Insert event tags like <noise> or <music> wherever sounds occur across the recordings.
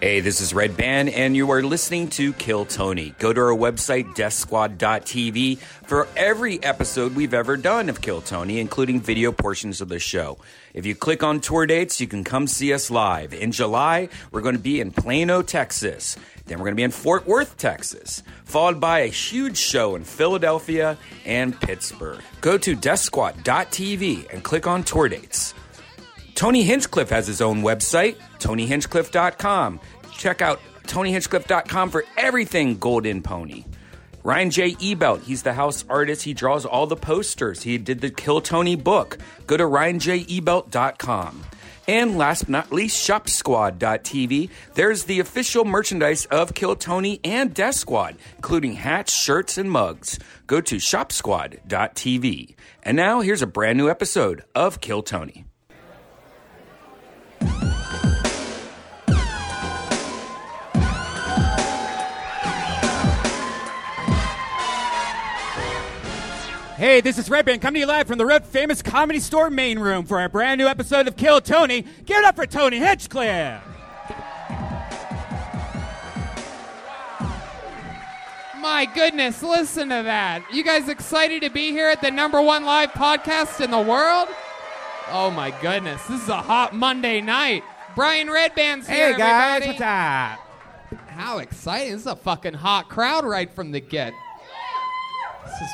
Hey, this is Red Band, and you are listening to Kill Tony. Go to our website, deathsquad.tv, for every episode we've ever done of Kill Tony, including video portions of the show. If you click on tour dates, you can come see us live. In July, we're going to be in Plano, Texas. Then we're going to be in Fort Worth, Texas, followed by a huge show in Philadelphia and Pittsburgh. Go to deathsquad.tv and click on tour dates. Tony Hinchcliffe has his own website, tonyhinchcliffe.com. Check out tonyhinchcliffe.com for everything Golden Pony. Ryan J. Ebelt, he's the house artist. He draws all the posters. He did the Kill Tony book. Go to ryanjebelt.com. And last but not least, shopsquad.tv. There's the official merchandise of Kill Tony and Death Squad, including hats, shirts, and mugs. Go to shopsquad.tv. And now here's a brand new episode of Kill Tony. Hey, this is Redband coming to you live from the Red Famous Comedy Store main room for our brand new episode of Kill Tony. Give it up for Tony Hitchcliffe! My goodness, listen to that. You guys excited to be here at the number one live podcast in the world? Oh my goodness, this is a hot Monday night. Brian Redband's here. hey guys, everybody. what's up? How exciting. This is a fucking hot crowd right from the get. This is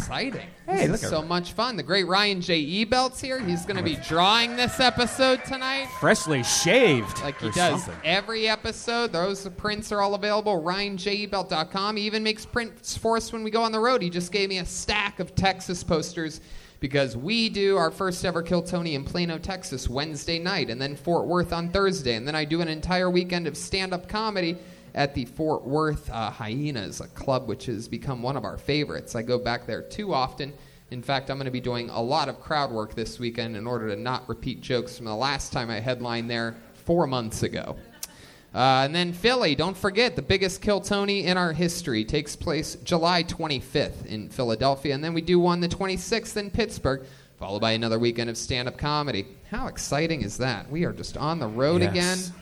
exciting. Hey, this look is at- so much fun. The great Ryan J. Ebelt's here. He's going to be drawing this episode tonight. Freshly shaved. Like he or does something. every episode. Those prints are all available. RyanJEbelt.com. He even makes prints for us when we go on the road. He just gave me a stack of Texas posters because we do our first ever Kill Tony in Plano, Texas, Wednesday night, and then Fort Worth on Thursday. And then I do an entire weekend of stand up comedy at the Fort Worth uh, Hyenas, a club which has become one of our favorites. I go back there too often. In fact, I'm going to be doing a lot of crowd work this weekend in order to not repeat jokes from the last time I headlined there four months ago. Uh, and then Philly, don't forget, the biggest Kill Tony in our history takes place July 25th in Philadelphia. And then we do one the 26th in Pittsburgh, followed by another weekend of stand up comedy. How exciting is that? We are just on the road Yes. again.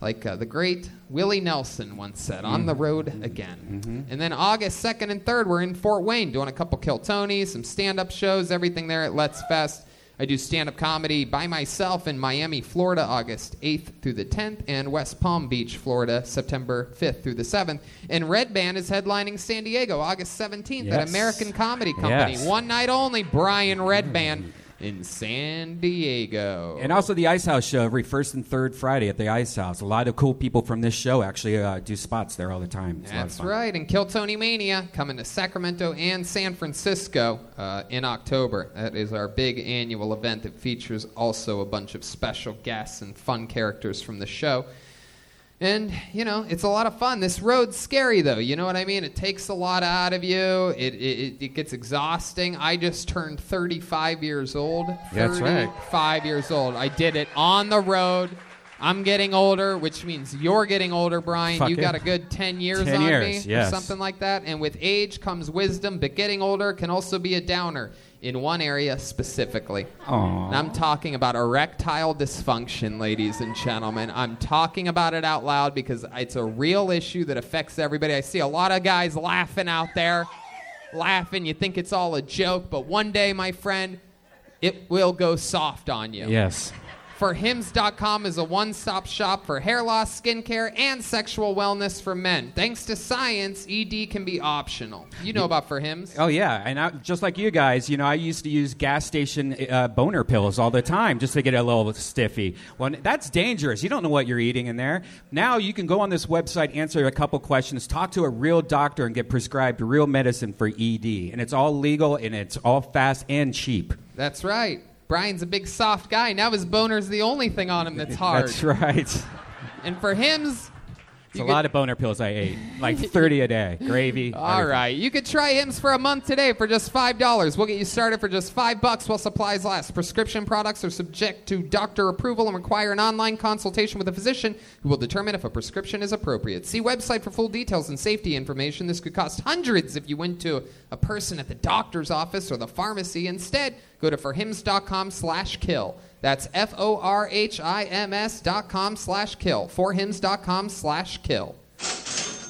Like uh, the great Willie Nelson once said, on Mm. the road again. Mm-hmm. And then August 2nd and 3rd, we're in Fort Wayne doing a couple Kill Tony, some stand up shows, everything there at Let's Fest. I do stand up comedy by myself in Miami, Florida, August 8th through the 10th, and West Palm Beach, Florida, September 5th through the 7th. And Red Band is headlining San Diego August 17th at Yes. American Comedy Company. Yes. One night only, Brian Red Band in San Diego. And also the Ice House show every first and third Friday at the Ice House. A lot of cool people from this show actually uh, do spots there all the time. It's a lot of That's fun. right. And Kill Tony Mania coming to Sacramento and San Francisco uh, in October. That is our big annual event that features also a bunch of special guests and fun characters from the show. And, you know, it's a lot of fun. This road's scary, though. You know what I mean? It takes a lot out of you, it, it, it- it gets exhausting. I just turned 35 years old. That's right. 35 years old. I did it on the road. I'm getting older, which means you're getting older, Brian. you Fucking- got a good 10 years years 10 on years, me or yes. something like that. And with age comes wisdom, but getting older can also be a downer in one area specifically. And I'm talking about erectile dysfunction, ladies and gentlemen. I'm talking about it out loud because it's a real issue that affects everybody. I see a lot of guys laughing out there, laughing. You think it's all a joke, but one day, my friend, it will go soft on you. Yes. For Hims.com is a one stop shop for hair loss, skincare, and sexual wellness for men. Thanks to science, ED can be optional. You know about For Hims? Oh yeah, and I, just like you guys, you know, I used to use gas station uh, boner pills all the time just to get a little stiffy. Well, that's dangerous. You don't know what you're eating in there. Now you can go on this website, answer a couple questions, talk to a real doctor, and get prescribed real medicine for ED. And it's all legal, and it's all fast and cheap. That's right. Brian's a big soft guy. Now his boner's the only thing on him that's <laughs> hard. That's right. And for Hims, It's a lot of boner pills I ate, <laughs> like 30 a day, <laughs> gravy. All everything. right, you could try Hims for a month today for just five dollars. We'll get you started for just five bucks while supplies last. Prescription products are subject to doctor approval and require an online consultation with a physician who will determine if a prescription is appropriate. See website for full details and safety information. This could cost hundreds if you went to a person at the doctor's office or the pharmacy. Instead, go to forhims.com/kill. That's F O R H I M S dot com slash kill. Forhims dot com slash kill.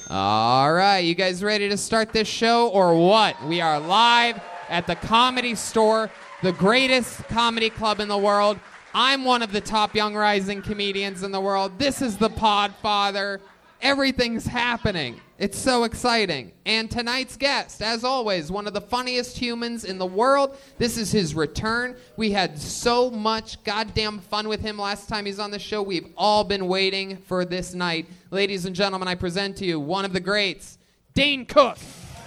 All right, you guys ready to start this show or what? We are live at the Comedy Store, the greatest comedy club in the world. I'm one of the top young rising comedians in the world. This is the Podfather. Everything's happening. It's so exciting. And tonight's guest, as always, one of the funniest humans in the world. This is his return. We had so much goddamn fun with him last time he's on the show. We've all been waiting for this night. Ladies and gentlemen, I present to you one of the greats, Dane Cook.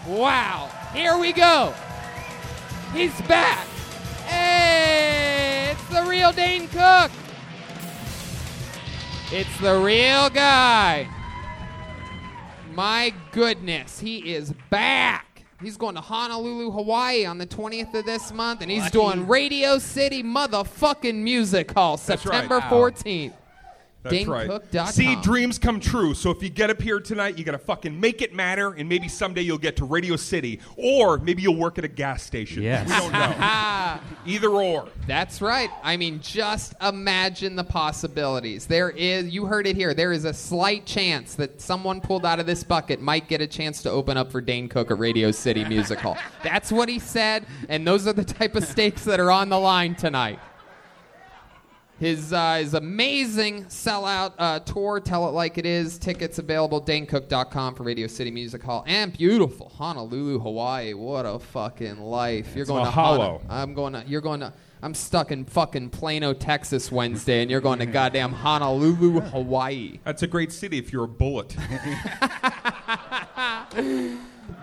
Wow. Here we go. He's back. Hey, it's the real Dane Cook. It's the real guy. My goodness, he is back. He's going to Honolulu, Hawaii on the 20th of this month, and he's doing Radio City Motherfucking Music Hall That's right. September Wow. 14th. That's DaneCook.com. right. See, dreams come true. So if you get up here tonight, you got to fucking make it matter, and maybe someday you'll get to Radio City, or maybe you'll work at a gas station. Yes. We don't know. Either or. That's right. I mean, just imagine the possibilities. There is, you heard it here, there is a slight chance that someone pulled out of this bucket might get a chance to open up for Dane Cook at Radio City Music <laughs> Hall. That's what he said, and those are the type of stakes that are on the line tonight. His, uh, his amazing sellout uh, tour, Tell It Like It Is, tickets available, danecook.com for Radio City Music Hall. And beautiful Honolulu, Hawaii. What a fucking life. You're going to mahalo. Hono- I'm going to, you're going to, I'm stuck in fucking Plano, Texas Wednesday, and you're <laughs> going to goddamn Honolulu, Hawaii. That's a great city if you're a bullet. <laughs>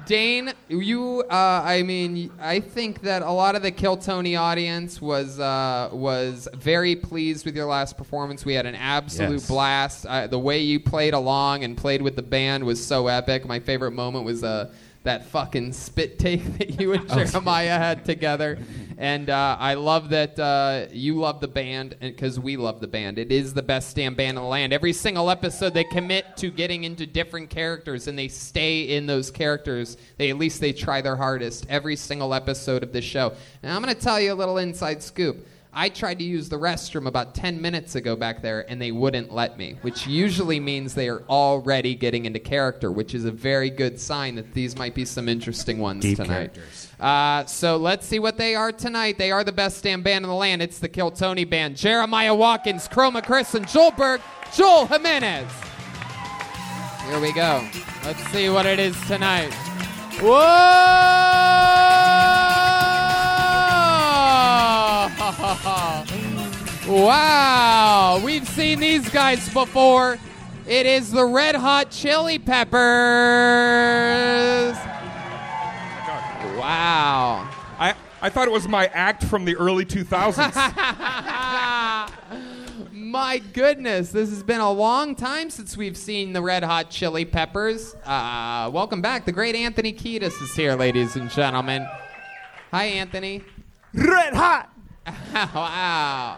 Dane, you, uh, I mean, I think that a lot of the Kill Tony audience was uh, was very pleased with your last performance. We had an absolute Yes. blast. Uh, the way you played along and played with the band was so epic. My favorite moment was uh, that fucking spit take <laughs> that you and Jeremiah had together. And uh, I love that uh, you love the band because we love the band. It is the best damn band in the land. Every single episode, they commit to getting into different characters and they stay in those characters. They at least they try their hardest every single episode of this show. Now I'm going to tell you a little inside scoop. I tried to use the restroom about 10 minutes ago back there, and they wouldn't let me, which usually means they are already getting into character, which is a very good sign that these might be some interesting ones Deep tonight. Uh, so let's see what they are tonight. They are the best damn band in the land. It's the Kill Tony Band. Jeremiah Watkins, Chroma Chris, and Joel Berg, Joel Jimenez. Here we go. Let's see what it is tonight. Whoa! Wow! We've seen these guys before. It is the Red Hot Chili Peppers. <laughs> Wow. I, I thought it was my act from the early 2000s. My goodness, this has been a long time since we've seen the Red Hot Chili Peppers. Uh, welcome back. The great Anthony Kiedis is here, ladies and gentlemen. Hi, Anthony. Red hot. <laughs> wow.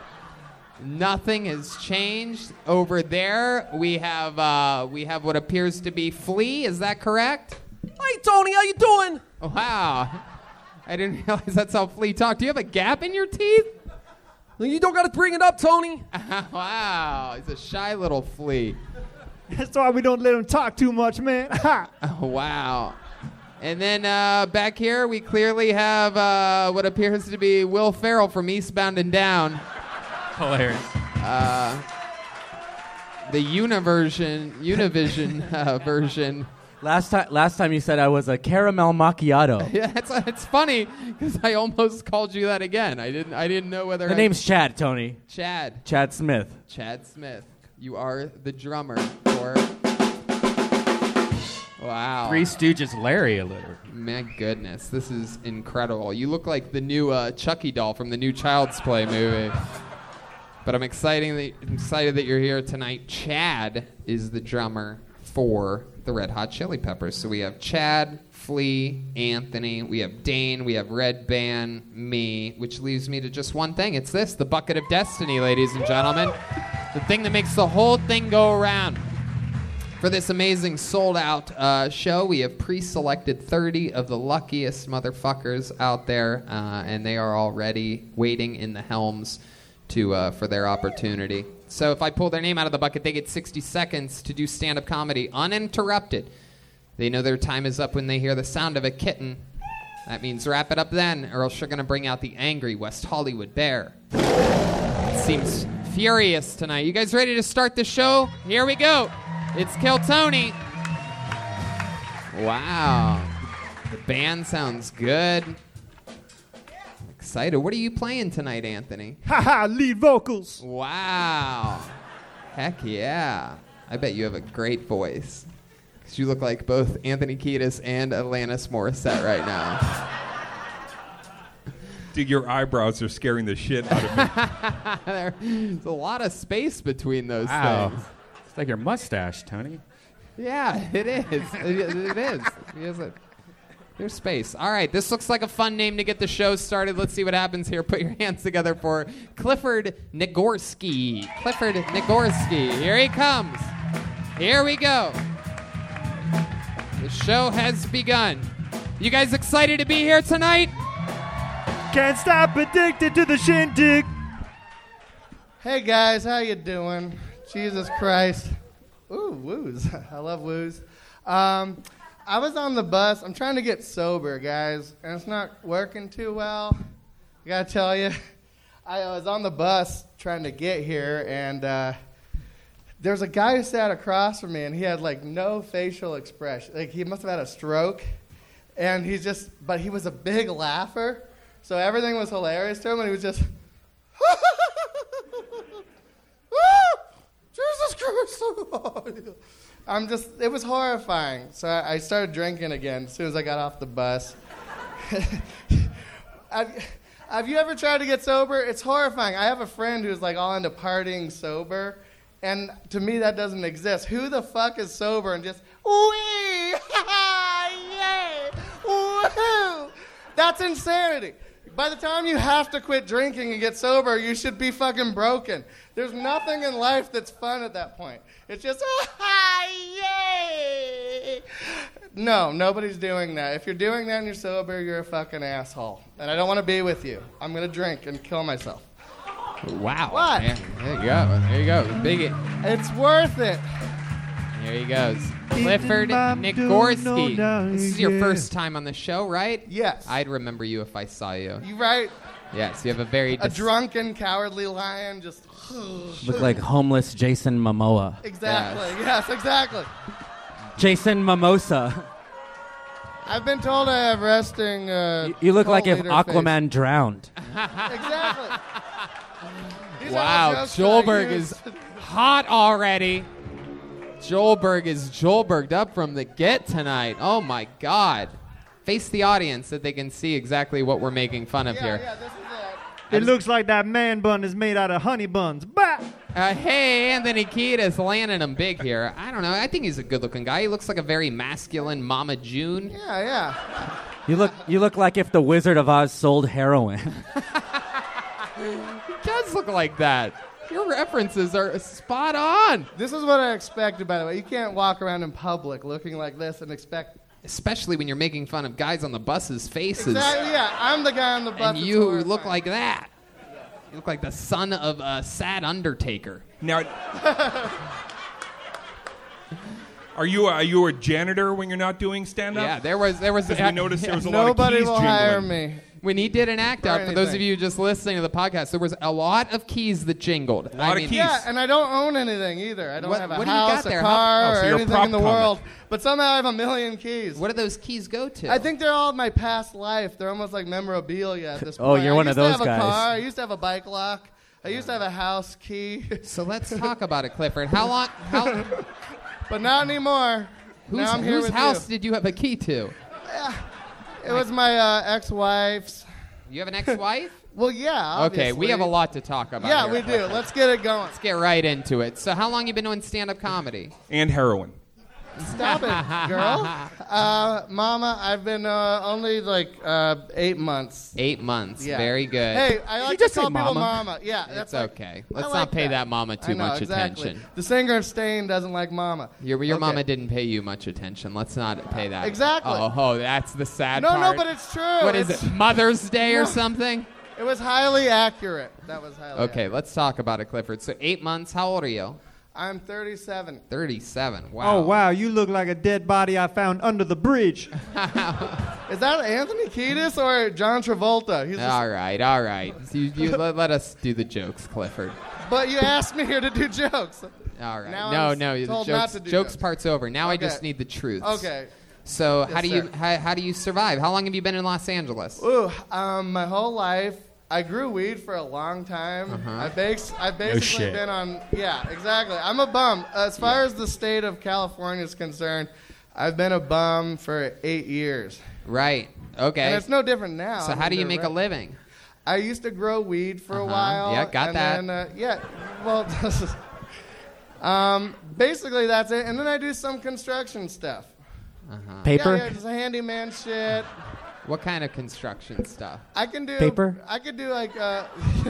Nothing has changed over there. We have uh, we have what appears to be Flea. Is that correct? Hey Tony, how you doing? Wow. I didn't <laughs> realize that's how Flea talked. Do you have a gap in your teeth? You don't gotta bring it up, Tony. <laughs> wow, he's a shy little flea. That's why we don't let him talk too much, man. <laughs> Ha! <laughs> Wow. And then uh, back here, we clearly have uh, what appears to be Will Farrell from Eastbound and Down, Uh, Hilarious. the Universion, <laughs> Univision uh, version. Last time, last time you said I was a caramel <laughs> macchiato. Yeah, it's, it's funny because I almost called you that again. I didn't. I didn't know whether The I- name's Chad, Tony. Chad. Chad Smith. Chad Smith. You are the drummer for. <laughs> Wow. <laughs> Three Stooges, Larry a little. My goodness, this is incredible. You look like the new uh, Chucky doll from the new Child's Play movie. But I'm exciting that, I'm excited that you're here tonight. Chad is the drummer for the Red Hot Chili Peppers. So we have Chad, Flea, Anthony, we have Dane, we have Red Band, me, which leaves me to just one thing. It's this the bucket of destiny, ladies and gentlemen. The thing that makes the whole thing go around. For this amazing sold out uh, show, we have pre selected 30 of the luckiest motherfuckers out there, uh, and they are already waiting in the helms to uh, for their opportunity. So if I pull their name out of the bucket, they get 60 seconds to do stand-up comedy uninterrupted. They know their time is up when they hear the sound of a kitten. That means wrap it up then, or else you're going to bring out the angry West Hollywood bear. It seems furious tonight. You guys ready to start the show? Here we go. It's Kill Tony. Wow. The band sounds good. I'm excited. What are you playing tonight, Anthony? Haha, lead vocals. Wow. Heck yeah. I bet you have a great voice. Because you look like both Anthony Kiedis and Alanis Morissette right now. <laughs> Dude, your eyebrows are scaring the shit out of me. There's a lot of space between those Wow. things. It's like your mustache, Tony. Yeah, it is. <laughs> It, it is. He has a- There's space. All right, this looks like a fun name to get the show started. Let's see what happens here. <laughs> Put your hands together for Clifford Nagorski. Clifford Nagorski. Here he comes. Here we go. The show has begun. You guys excited to be here tonight? Can't stop addicted to the shindig. Hey guys, how you doing? Jesus Christ. Ooh, woos. <laughs> I love woos. Um, I was on the bus. I'm trying to get sober, guys, and it's not working too well. I gotta tell you, <laughs> I was on the bus trying to get here, and uh, there's a guy who sat across from me, and he had like no facial expression. Like he must have had a stroke, and he's just. But he was a big laugher, so everything was hilarious to him, and he was just. Ah! Jesus Christ! I'm just, it was horrifying. So I, I started drinking again as soon as I got off the bus. <laughs> I've, have you ever tried to get sober? It's horrifying. I have a friend who's like all into partying sober, and to me that doesn't exist. Who the fuck is sober and just, wee! Yay! Woohoo! That's insanity. By the time you have to quit drinking and get sober, you should be fucking broken. There's nothing in life that's fun at that point. It's just, ah, yay! No, nobody's doing that. If you're doing that and you're sober, you're a fucking asshole. And I don't want to be with you. I'm going to drink and kill myself. Wow. What? Yeah, there you go. There you go. Big it. It's worth it. There he goes. Clifford Bob Nagorski. don't know This is your yet. first time on the show, right? Yes. I'd remember you if I saw you. You right? Yes, you have a very A dis- drunken, cowardly lion <sighs> just. Look like homeless Jason Momoa. Exactly. Yes. Yes, exactly. Jason Mimosa. I've been told I have resting. Uh, You, you look like if cult leader face. Aquaman drowned. Exactly. <laughs> These are the Wow, jokes that I Joelberg use. is <laughs> hot already. Joelberg is Joelberged up from the get tonight. Oh my God. Face the audience that they can see exactly what we're making fun of Yeah, here. yeah, this is it. It looks like that man bun is made out of honey buns. Bah! Uh, hey, Anthony Kiedis landing him big here. I don't know. I think he's a good-looking guy. He looks like a very masculine Mama June. Yeah, yeah. You look you look like if the Wizard of Oz sold heroin. <laughs> He does look like <laughs> that. Your references are spot on. This is what I expected, by the way. You can't walk around in public looking like this and expect. Especially when you're making fun of guys on the bus's faces. Exactly. Yeah, I'm the guy on the bus. And that's you horrifying. look like that. You look like the son of a sad undertaker. Now, are you a, are you a janitor when you're not doing stand up? Yeah, there was there was Because we noticed <laughs> there was a lot of Nobody keys will jingling. hire me. when he did an act For out. For those of anything. you just listening to the podcast, there was a lot of keys that jingled. A lot of keys. Yeah, and I don't own anything either. I don't What- have a what do you got house, there? a How- car, Oh, so or you're a anything prop in the comic. world. But somehow I have a million keys. What do those keys go to? I think they're all my past life. They're almost like memorabilia at <laughs> this point. Oh, you're I one used of to those have guys. A car. I used to have a bike lock. I used to have a house key, <laughs> so. Let's talk about it, Clifford. How long? How, but not anymore. whose now I'm here whose with house you. did you have a key to? It was my uh, ex-wife's. You have an ex-wife? Well, yeah. Obviously. okay, we have a lot to talk about. Yeah, here. we do. Let's get it going. Let's get right into it. So, how long you been doing stand-up comedy? and heroin. Stop it, <laughs> girl. Uh, Mama, I've been uh, only like uh, eight months. Eight months. Yeah. Very good. Hey, I like just to call say people mama. mama. Yeah, It's that's like- okay. I Let's like not pay that mama I too know, much exactly. attention. The singer of Stain doesn't like mama. Your, your Okay. mama didn't pay you much attention. Let's not pay that. Exactly. Oh, oh that's the sad No, part. no, but it's true. What is It's- it? Mother's Day or <laughs> No. something? It was highly accurate. That was highly Okay, let's talk about it, Clifford. So eight months. How old are you? I'm <laughs> 37. 37. Wow. Oh wow, you look like a dead body I found under the <laughs> bridge. Is that Anthony Kiedis or John Travolta? He's just, All right, all right. So you, <laughs> you let, let us do the jokes, Clifford. but you asked me here to do jokes. All right. Now no, I'm no. The told jokes, not to do jokes jokes. part's over. Now I just Okay. need the truth. Okay. So how Yes, do you sir. how, how do you survive? How long have you been in Los Angeles? Ooh, um, my whole life I grew weed for a long time. Uh-huh. I baked, I've basically shit. been on. Yeah, exactly. I'm a bum. As far as the state of California is concerned, I've been a bum for eight years, Right. Okay. and it's no different now. so I'm how do you into make a rent. living? I used to grow weed for a Uh-huh. while. Yeah, got and that. Then, uh, yeah, well, <laughs> this is- um, basically that's it. And then I do some construction stuff. Uh-huh. Paper? Yeah, yeah, just handyman shit. What kind of construction stuff? I can do Paper? I could do like uh, <laughs>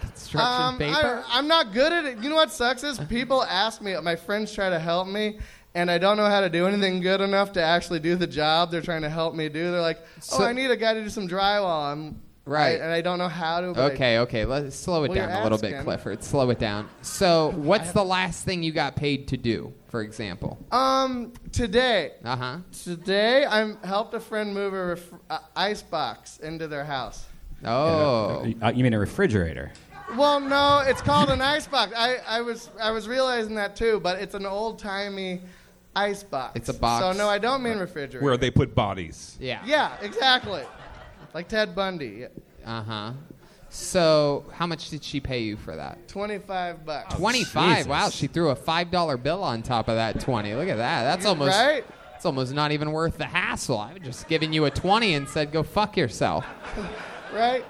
Construction um, paper. I, am not good at it. You know what sucks is people ask me. My friends try to help me. And I don't know how to do anything good enough to actually do the job they're trying to help me do. They're like, "Oh, So- I need a guy to do some drywall." I'm Right. I- and I don't know how to. But I okay. Okay. Let's slow it Well, down you're a little bit, asking. Clifford. Slow it down. So what's the last thing you got paid to do, for example? Um, today, Uh huh. today I am helped a friend move a ref- uh, ice box into their house. Oh. Uh, you mean a refrigerator? Well, no, it's called an ice box. I, I was I was realizing that too, but it's an old timey ice box. It's a box. So no, I don't mean refrigerator. Where they put bodies. Yeah. yeah, exactly. Like Ted Bundy, Uh huh. So how much did she pay you for that? twenty-five Oh, bucks. 25. Jesus. Oh, Wow, she threw a $5 bill on top of that 20. Look at that. That's almost right? It's almost not even worth the hassle. I would just given you a 20 and said go fuck yourself. <laughs> Right?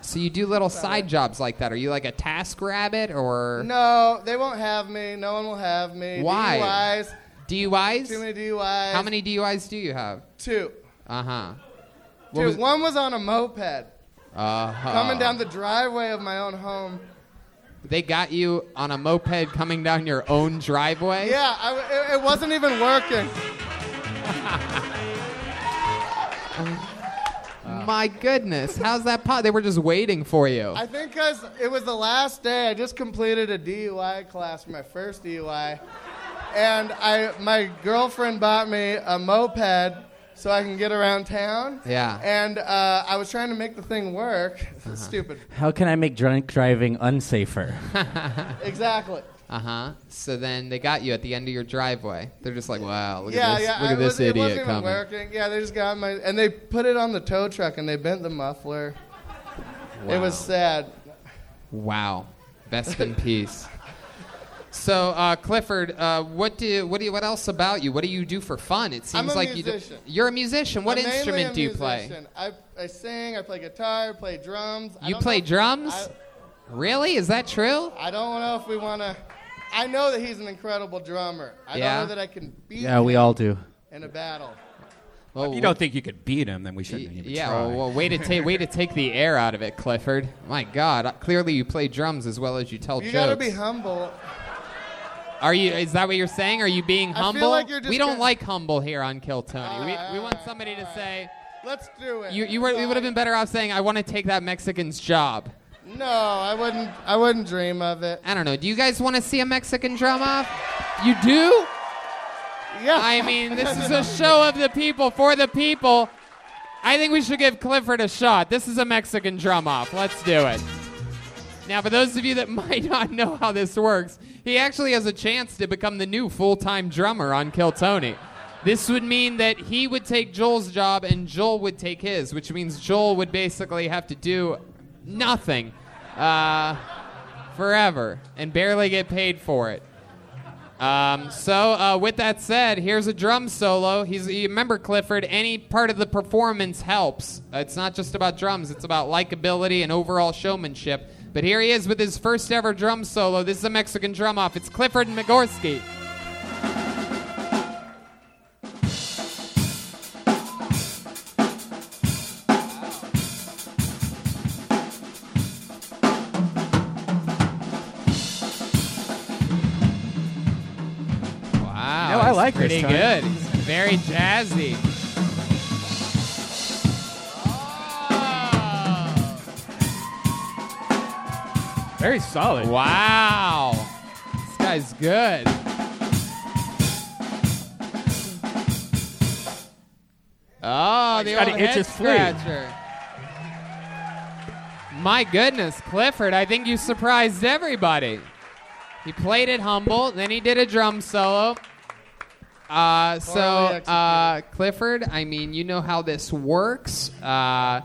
So you do little side jobs like that. Are you like a task rabbit or No, they won't have me. No one will have me. Why? DUIs. DUIs? Too many DUIs. How many DUIs do you have? Two. Uh-huh. Dude, one was on a moped Uh-huh. coming down the driveway of my own home. They got you on a moped coming down your own driveway? Yeah, I, it, it wasn't even working. Uh, My goodness. How's that pot? They were just waiting for you. I think 'cause it was the last day. I just completed a DUI class, my first DUI, and I my girlfriend bought me a moped so I can get around town. Yeah. Uh-huh. And uh, I was trying to make the thing work. <laughs> <laughs> Stupid. How can I make drunk driving unsafer? Exactly. Uh huh. So then they got you at the end of your driveway. They're just like, wow, look yeah, at this, yeah. look I at this was, it wasn't idiot even coming. working. Yeah, they just got my and they put it on the tow truck and they bent the muffler. It was sad. Wow. Best in peace. So uh, Clifford, uh, what do what do you, what else about you? What do you do for fun? It I'm seems a like musician. you do, you're a musician. What I'm mainly instrument a do you play? musician. I, I sing. I play guitar. I play drums. I You don't play know- drums? I- really? Is that true? I don't know if we want to. I know that he's an incredible drummer. I Yeah? don't know that I can beat yeah, we him all do. in a battle. Well, You don't think you could beat him? Then we shouldn't even Yeah, try. well, well, way to take way to take the air out of it, Clifford. My God, uh, clearly you play drums as well as you tell You jokes. got to be humble. Are you? Is that what you're saying? Are you being feel humble? like you're just we don't gonna- like humble here on Kill Tony. Alright, we, we want alright, somebody to say Let's do it. you you, were, you would have been better off saying I want to take that Mexican's job. No, Oh, I wouldn't. I wouldn't dream of it. I don't know. Do you guys want to see a Mexican drum off? You do? Yeah. I mean, this is a show of the people for the people. I think we should give Clifford a shot. This is a Mexican drum off. Let's do it. Now, for those of you that <laughs> might not know how this works, he actually has a chance to become the new full time drummer on Kill Tony. This would mean that he would take Joel's job and Joel would take his, which means Joel would basically have to do nothing uh, forever and barely get paid for it. Um, so, uh, with that said, here's a drum solo. He's you remember Clifford. Any part of the performance helps. It's not just about drums; it's about likability and overall showmanship. But here he is with his first ever drum solo. This is a Mexican drum off. It's Clifford Magorski. Wow, No, I it's like this pretty time. good. It's very jazzy. Very solid. Wow. This guy's good. Oh, the got old an itch head of sleep. Uh, scratcher. My goodness, Clifford, I think you surprised everybody. He played it humble, then he did a drum solo. Uh, so, uh, Clifford, I mean, you know how this works. Uh,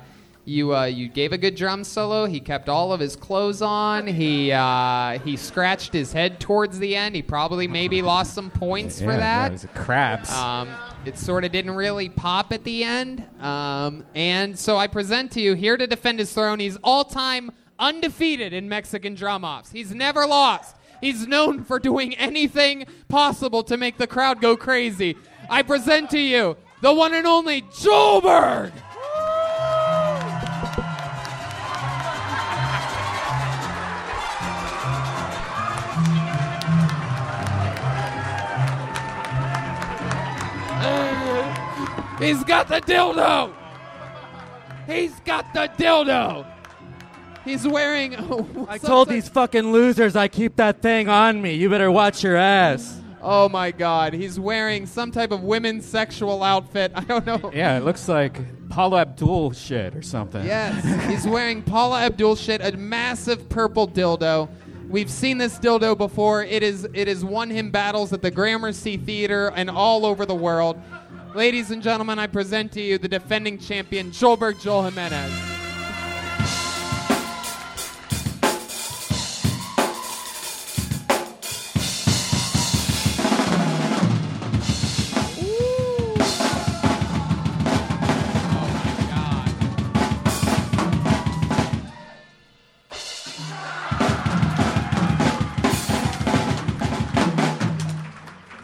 you uh, you gave a good drum solo. He kept all of his clothes on. He uh, he scratched his head towards the end. He probably maybe lost some points for Yeah, that. It was a craps. Um, it sort of didn't really pop at the end. Um, and so I present to you here to defend his throne. He's all time undefeated in Mexican drum offs. He's never lost. He's known for doing anything possible to make the crowd go crazy. I present to you the one and only Joelberg. He's got the dildo. He's got the dildo. He's wearing. I told these fucking losers I keep that thing on me. You better watch your ass. Oh my God! He's wearing some type of women's sexual outfit. <laughs> I don't know. yeah, it looks like Paula Abdul shit or something. Yes, he's wearing Paula Abdul shit, a massive purple dildo. We've seen this dildo before. It is it has won him battles at the Gramercy Theater and all over the world. Ladies and gentlemen, I present to you the defending champion, Joelberg Joel Jimenez.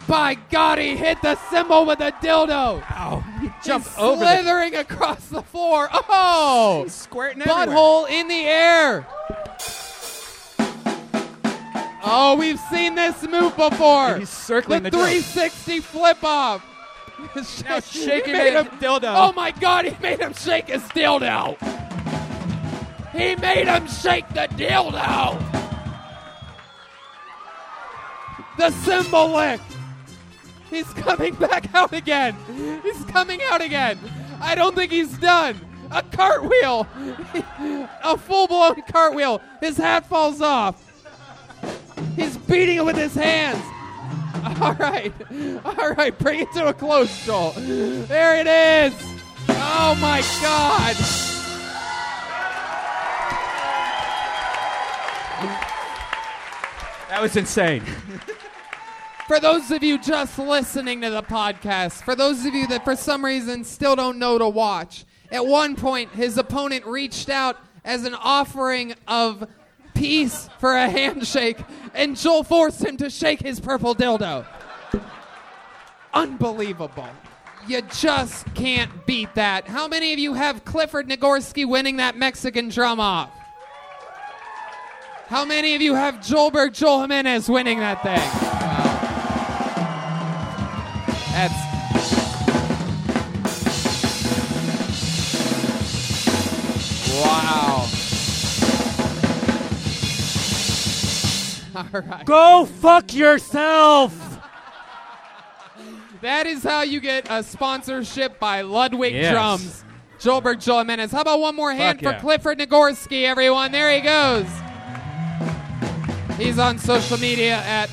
By God, he hit the symbol with a dildo. Ow. He Jump jumped over the slithering across the floor. Oh, squirting butthole in the air. Oh, we've seen this move before. He's circling the dildo. 360 flip off. Now shaking made his him- dildo. Oh my God! He made him shake his dildo. He made him shake the dildo. The symbol lick. He's coming back out again. He's coming out again. I don't think he's done. A cartwheel. <laughs> A full blown cartwheel. His hat falls off. He's beating it with his hands. <laughs> All right. All right. Bring it to a close, Joel. There it is. Oh, my God. That was insane. For those of you just listening to the podcast, for those of you that for some reason still don't know to watch, at one point his opponent reached out as an offering of peace for a handshake, and Joel forced him to shake his purple dildo. Unbelievable. You just can't beat that. How many of you have Clifford Nagorski winning that Mexican drum off? How many of you have Joelberg Joel Jimenez winning that thing? That's. Wow. <laughs> All right. Go fuck yourself. That is how you get a sponsorship by Ludwig Yes. Drums. Joelberg Joel Jimenez. How about one more hand Fuck for yeah. Clifford Nagorski, everyone? There he goes. He's on social media at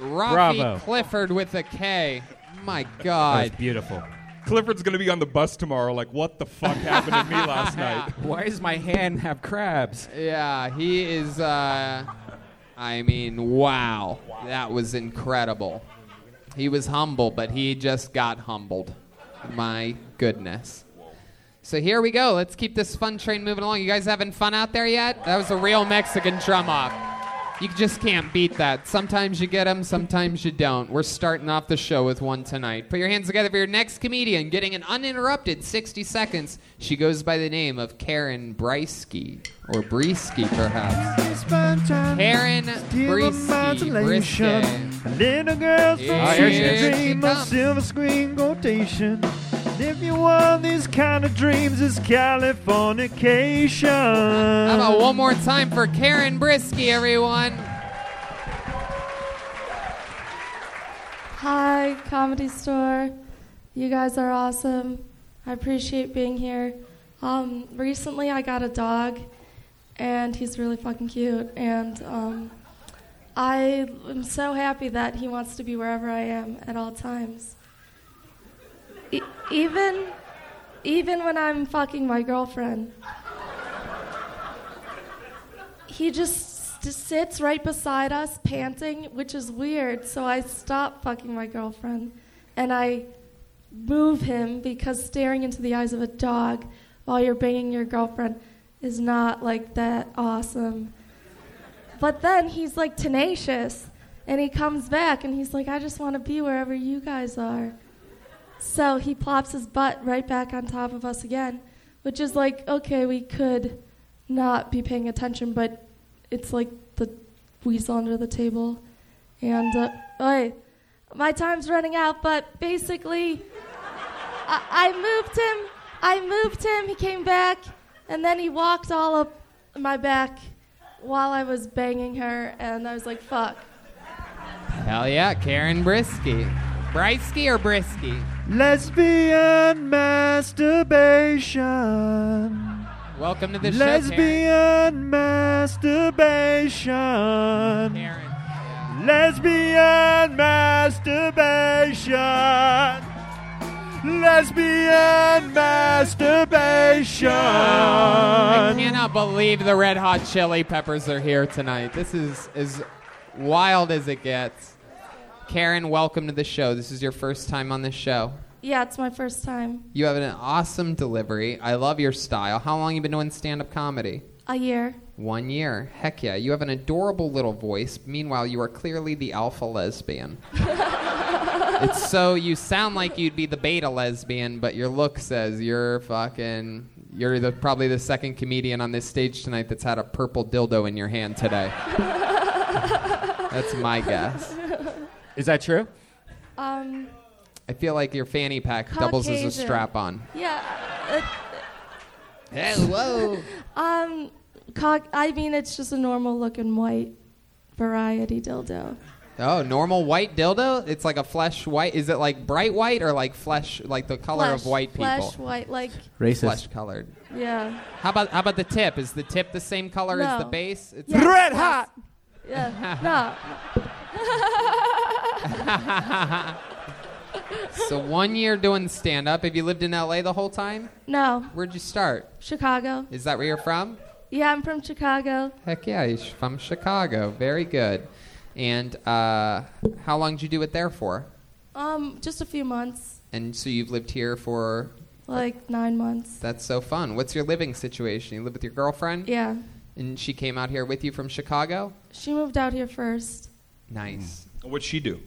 Rafi Bravo. Clifford with a K. My That was God. beautiful. Clifford's gonna be on the bus tomorrow. Like, what the fuck happened to me <laughs> last night? Why does my hand have crabs? Yeah, he is. Uh, I mean, wow, that was incredible. He was humble, but he just got humbled. My goodness. So here we go. Let's keep this fun train moving along. You guys having fun out there yet? That was a real Mexican drum off. You just can't beat that. Sometimes you get them, sometimes you don't. We're starting off the show with one tonight. Put your hands together for your next comedian getting an uninterrupted 60 seconds. She goes by the name of Karen Breisky, or Breesky perhaps. Karen Breesky. Brisky. Little girls Here from she dream of comes. silver screen quotation. If you want these kind of dreams, it's Californication. How about one more time for Karen Brisky, everyone? Hi, Comedy Store. You guys are awesome. I appreciate being here. Um, recently, I got a dog, and he's really fucking cute. And um, I am so happy that he wants to be wherever I am at all times. E- even, even when I'm fucking my girlfriend, he just s- sits right beside us, panting, which is weird. So I stop fucking my girlfriend, and I move him because staring into the eyes of a dog while you're banging your girlfriend is not like that awesome. But then he's like tenacious and he comes back and he's like, I just want to be wherever you guys are. So he plops his butt right back on top of us again, which is like, okay, we could not be paying attention, but it's like the weasel under the table. And, uh, oi, my time's running out, but basically, I, I moved him. I moved him. He came back, and then he walked all up my back while I was banging her, and I was like, fuck. Hell yeah, Karen Brisky. Brisky or Brisky? Lesbian masturbation. Welcome to the show, Karen. Lesbian masturbation. Karen. Lesbian masturbation. Lesbian I masturbation. cannot believe the Red Hot Chili Peppers are here tonight. This is as wild as it gets. Karen, welcome to the show. This is your first time on this show. Yeah, it's my first time. You have an awesome delivery. I love your style. How long you been doing stand-up comedy? A year. One year. Heck yeah. You have an adorable little voice. Meanwhile, you are clearly the <laughs> alpha lesbian. it's so you sound like you'd be the beta lesbian, but your look says you're fucking. You're the, probably the second comedian on this stage tonight that's had a purple dildo in your <laughs> hand today. that's my guess. Is that true? Um, I feel like your fanny pack doubles as a Caucasian. strap on. yeah. uh, Hey, whoa. <laughs> um, cock, I mean, it's just a normal looking white variety dildo. Oh, normal white dildo? It's like a flesh white. Is it like bright white or like flesh, like the color flesh, of white people? Flesh, white, like, Racist. Flesh colored. yeah. How about how about the tip? Is the tip the same color as the No. base? It's Yeah, Red yes. hot. Yeah. No. <laughs> so one year doing stand up. Have you lived in LA the whole time? <laughs> No. Where'd you start? Chicago. Is that where you're from? Yeah, I'm from Chicago. Heck yeah, he's from Chicago. Very good. And uh, how long did you do it there for? Um, just a few months, And so you've lived here for like nine months. that's so fun. What's your living situation? You live with your girlfriend? Yeah. And she came out here with you from Chicago? She moved out here first. Nice. Mm. What'd she do?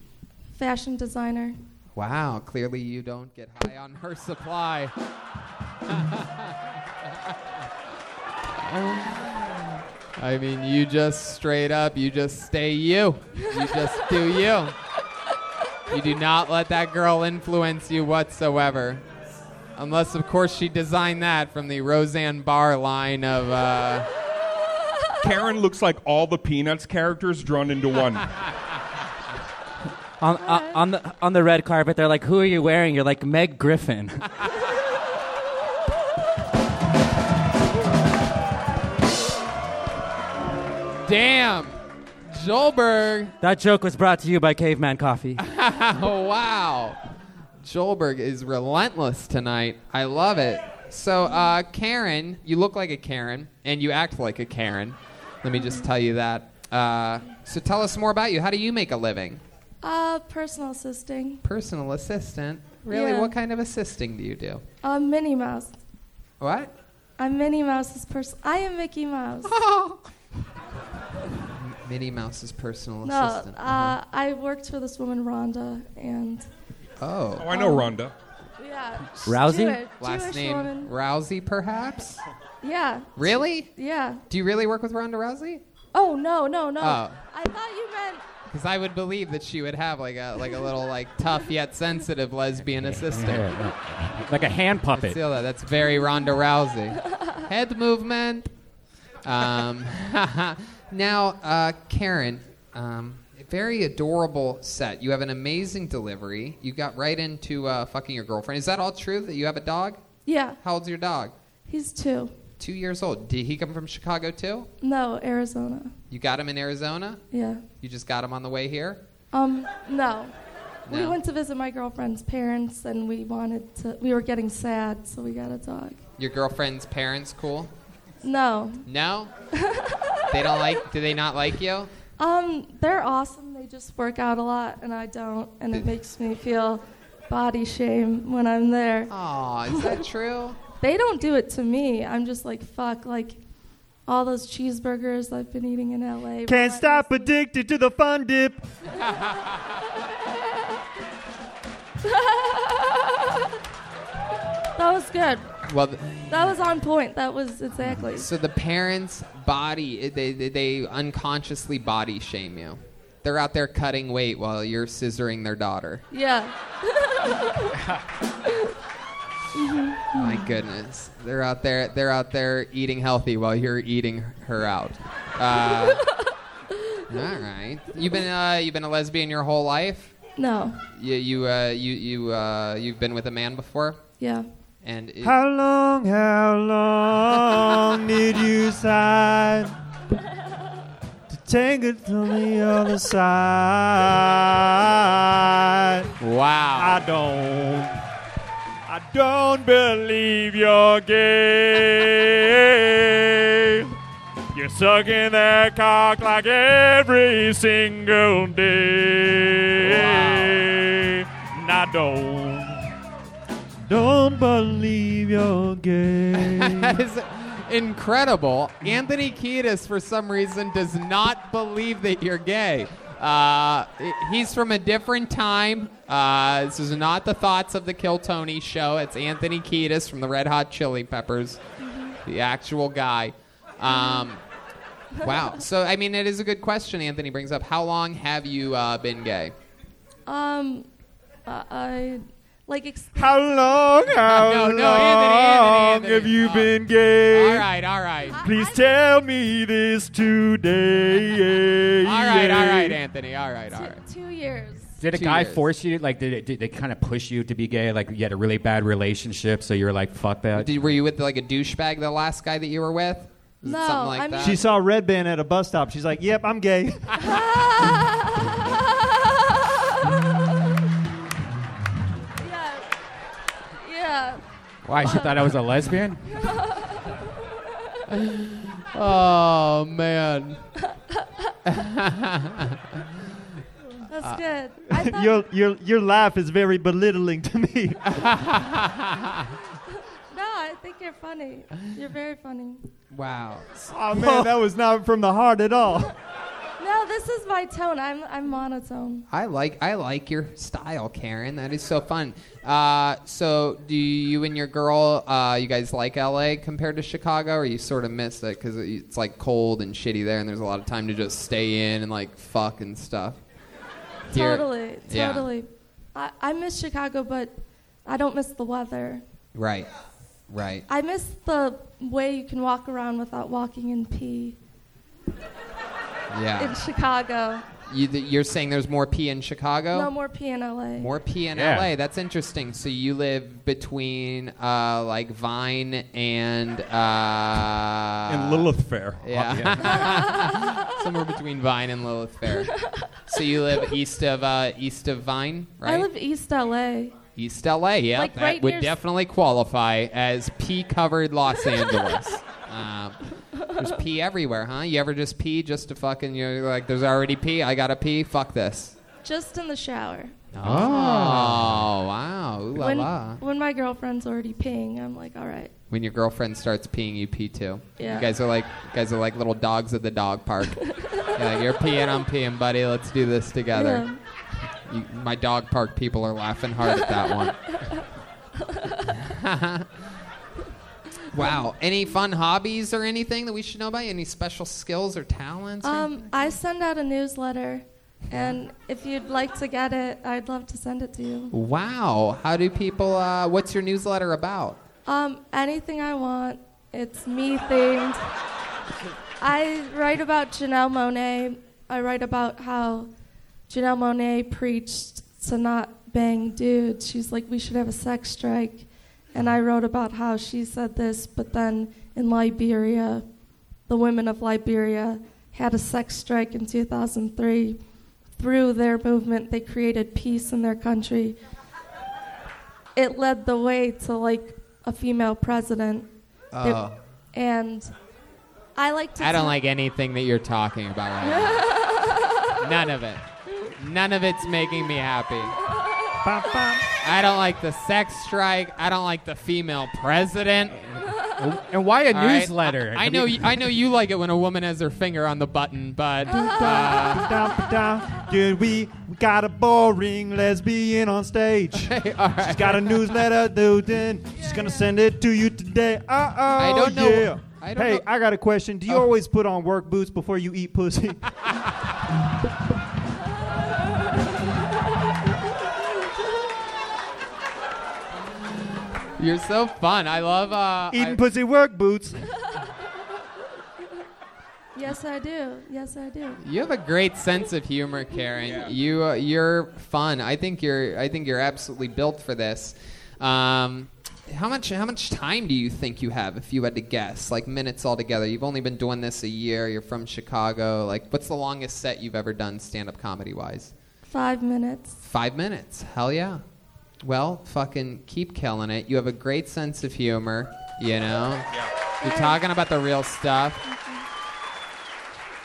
Fashion designer. Wow, clearly you don't get high on her supply. I mean, you just straight up, you just stay you. You just do you. You do not let that girl influence you whatsoever. Unless, of course, she designed that from the Roseanne Barr line of. Uh, Karen looks like all the Peanuts characters drawn into one. On, uh, on the on the red carpet, they're like, "Who are you wearing?" You're like Meg Griffin. damn! Joelberg! that joke was brought to you by <laughs> Caveman Coffee. Oh wow, Joelberg is relentless tonight. I love it. So, uh, Karen, you look like a Karen and you act like a Karen. Let me just tell you that. Uh, so, tell us more about you. How do you make a living? Uh, personal assisting. Personal assistant. Really? Yeah. What kind of assisting do you do? Uh, Minnie Mouse. What? I'm Minnie Mouse's person. I am Mickey <laughs> Mouse. Minnie Mouse's personal No, assistant. Uh-huh. uh, I worked for this woman Rhonda, and Oh, Oh. I know Rhonda. yeah, Rousey? Jewish, Last Jewish name woman. Rousey, perhaps? Yeah, Really? yeah. Do you really work with Ronda Rousey? Oh no, no, no. Oh. I thought you meant Because I would believe that she would have like a like a little like tough yet sensitive lesbian assistant. Like a hand puppet. Feel that? That's very Ronda Rousey. Head movement. Um, <laughs> now, uh, Karen, um, very adorable set. You have an amazing delivery. You got right into uh, fucking your girlfriend. Is that all true? That you have a dog? Yeah, How old's your dog? he's two. Two years old. Did he come from Chicago too? No, Arizona. You got him in Arizona? Yeah. You just got him on the way here? Um, <laughs> no. We No. went to visit my girlfriend's parents, and we wanted to. We were getting sad, so we got a dog. Your girlfriend's parents cool? No. No? they don't like do they not like you? Um, they're awesome. They just work out a lot, and I don't, and it makes me feel body shame when I'm there. Aw, <laughs> is that true? They don't do it to me. I'm just like, fuck, like all those cheeseburgers I've been eating in LA. Can't stop addicted to the fun dip. <laughs> That was good. Well, th- That was on point. That was exactly. so the parents body eh, they, they they unconsciously body shame you. They're out there cutting weight while you're scissoring their daughter. <laughs> Yeah. My goodness, they're out there. They're out there eating healthy while you're eating her out. Uh, all right. You've been uh, you've been a lesbian your whole life. No. You you uh, you you uh, you've been with a man before, Yeah. and it- How long, how <laughs> long did you sigh to take it from the other side? wow. I don't, I don't believe you're gay. <laughs> You're sucking that cock like every single day. And I don't, don't believe <laughs> you're gay. That is incredible. Anthony Kiedis, for some reason, does not believe that you're gay. Uh, i- he's from a different time. Uh, this is not the thoughts of the Kill Tony show. It's Anthony Kiedis from the Red Hot Chili Peppers, the actual guy. Um, wow. So, I mean, it is a good question Anthony brings up. How long have you uh, been gay? Um, I, I like. Ex- how long, how <laughs> <laughs> No, no, Anthony, long Anthony, Anthony. have you Oh. been gay? All right, all right. Please tell me this today. All right, all right, Anthony. All right, all two, right. two years. Did a Two guy years. force you? Like, did, it, did they kind of push you to be gay? Like, you had a really bad relationship, so you were like, fuck that. Did, were you with like a douchebag, the last guy that you were with? Was it No, something like I mean- that? She saw Red Band at a bus stop. She's like, "Yep, I'm <laughs> gay." yeah. Yeah. <laughs> Why? She thought I was a lesbian? <laughs> Oh man. That's <laughs> Uh, good. I thought Uh, your your your laugh is very belittling to me. No, I think you're funny. You're very funny. <laughs> Wow. <laughs> oh man, that was not from the heart at <laughs> all. No, this is my tone. I'm I'm monotone. I like I like your style, Karen. That is so fun. Uh, so, do you and your girl, uh, you guys like LA compared to Chicago, or you sort of miss it because it's like cold and shitty there, and there's a lot of time to just stay in and like fuck and stuff. Here- Totally. yeah. Totally. I, I miss Chicago but I don't miss the weather. Right. Right. I miss the way you can walk around without walking in pee in Yeah. Chicago. You, th- you're saying there's more pee in Chicago? No more pee in LA. More P in Yeah. LA. That's interesting. So you live between uh, like Vine and uh, and Lilith Fair. Yeah. <laughs> Somewhere between Vine and Lilith Fair. so you live east of uh, east of Vine, right? I live East LA. east LA. Yeah, Like, that right would near s- definitely qualify as pee-covered <laughs> Los Angeles. um, there's pee everywhere, huh? You ever just pee just to fucking you're like, there's already pee. I gotta pee. Fuck this. Just in the shower. Ah. Oh, wow. Ooh la when, la. when my girlfriend's already peeing, I'm like, all right. When your girlfriend starts peeing, you pee too. Yeah. You guys are like you guys are like little dogs at the dog park. yeah, you're peeing, I'm peeing, buddy. Let's do this together. You, my dog park people are laughing hard at that one. <laughs> wow. Any fun hobbies or anything that we should know about? Any special skills or talents? or Um, I send out a newsletter And if you'd like to get it, I'd love to send it to you. Wow. How do people, uh, what's your newsletter about? Um, anything I want. It's me themed. I write about Janelle Monet. I write about how Janelle Monet preached to not bang dudes. She's like, we should have a sex strike. And I wrote about how she said this, but then in Liberia, the women of Liberia had a sex strike in 2003. Through their movement, they created peace in their country it led the way to like a female president. There- Oh. and I like to. I don't tell- like anything that you're talking about right now. None of it. None of it's making me happy. I don't like the sex strike. I don't like the female president. And why a All right? newsletter? I, I know. You, I know you like it when a woman has her finger on the <laughs> button, but uh, Dude, we got a boring lesbian on stage. <laughs> She's got a newsletter, dude. Then she's gonna send it to you today. Uh oh. I don't know- Yeah. I don't hey, know- I Uh. got a question. Do you always put on work boots before you eat <laughs> pussy? you're so fun. I love. Uh, Eating I- pussy work boots. Yes, I do. Yes, I <laughs> do. You have a great sense of humor, Karen. You uh, you're fun. I think you're I think you're absolutely built for this. Um, how much how much time do you think you have if you had to guess? Like minutes altogether. You've only been doing this a year. You're from Chicago. Like what's the longest set you've ever done stand up comedy wise? Five minutes. 5 minutes. Hell yeah. Well, fucking keep killing it. You have a great sense of humor, you know. You're talking about the real stuff.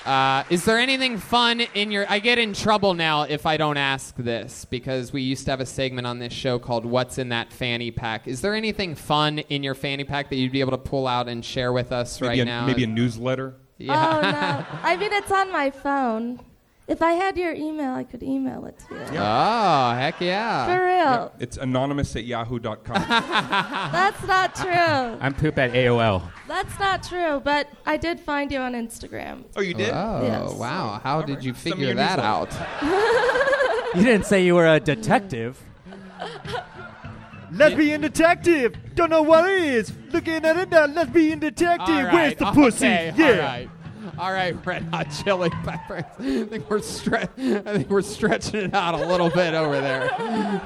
Uh, is there anything fun in your? I get in trouble now if I don't ask this because we used to have a segment on this show called "What's in That Fanny Pack." Is there anything fun in your fanny pack that you'd be able to pull out and share with us Maybe right a, now? maybe a newsletter. Oh <laughs> no! I mean, it's on my phone. If I had your email, I could email it <laughs> to you. Oh heck For yeah! real. It's anonymous at yahoo.com. That's not true. <laughs> I'm poop at AOL. That's not true. But I did find you on Instagram. <laughs> oh, you did? Oh Yes. wow! How did you Send me figure your that out? <laughs> newsletter. You didn't say you were a detective. lesbian detective. Don't know what it is. Looking at it now, lesbian detective. All Where's right, uh, the pussy? okay, yeah. All right. All right, Red Hot Chili Peppers. <laughs> I think we're stre- I think we're stretching it out a little bit <laughs> over there.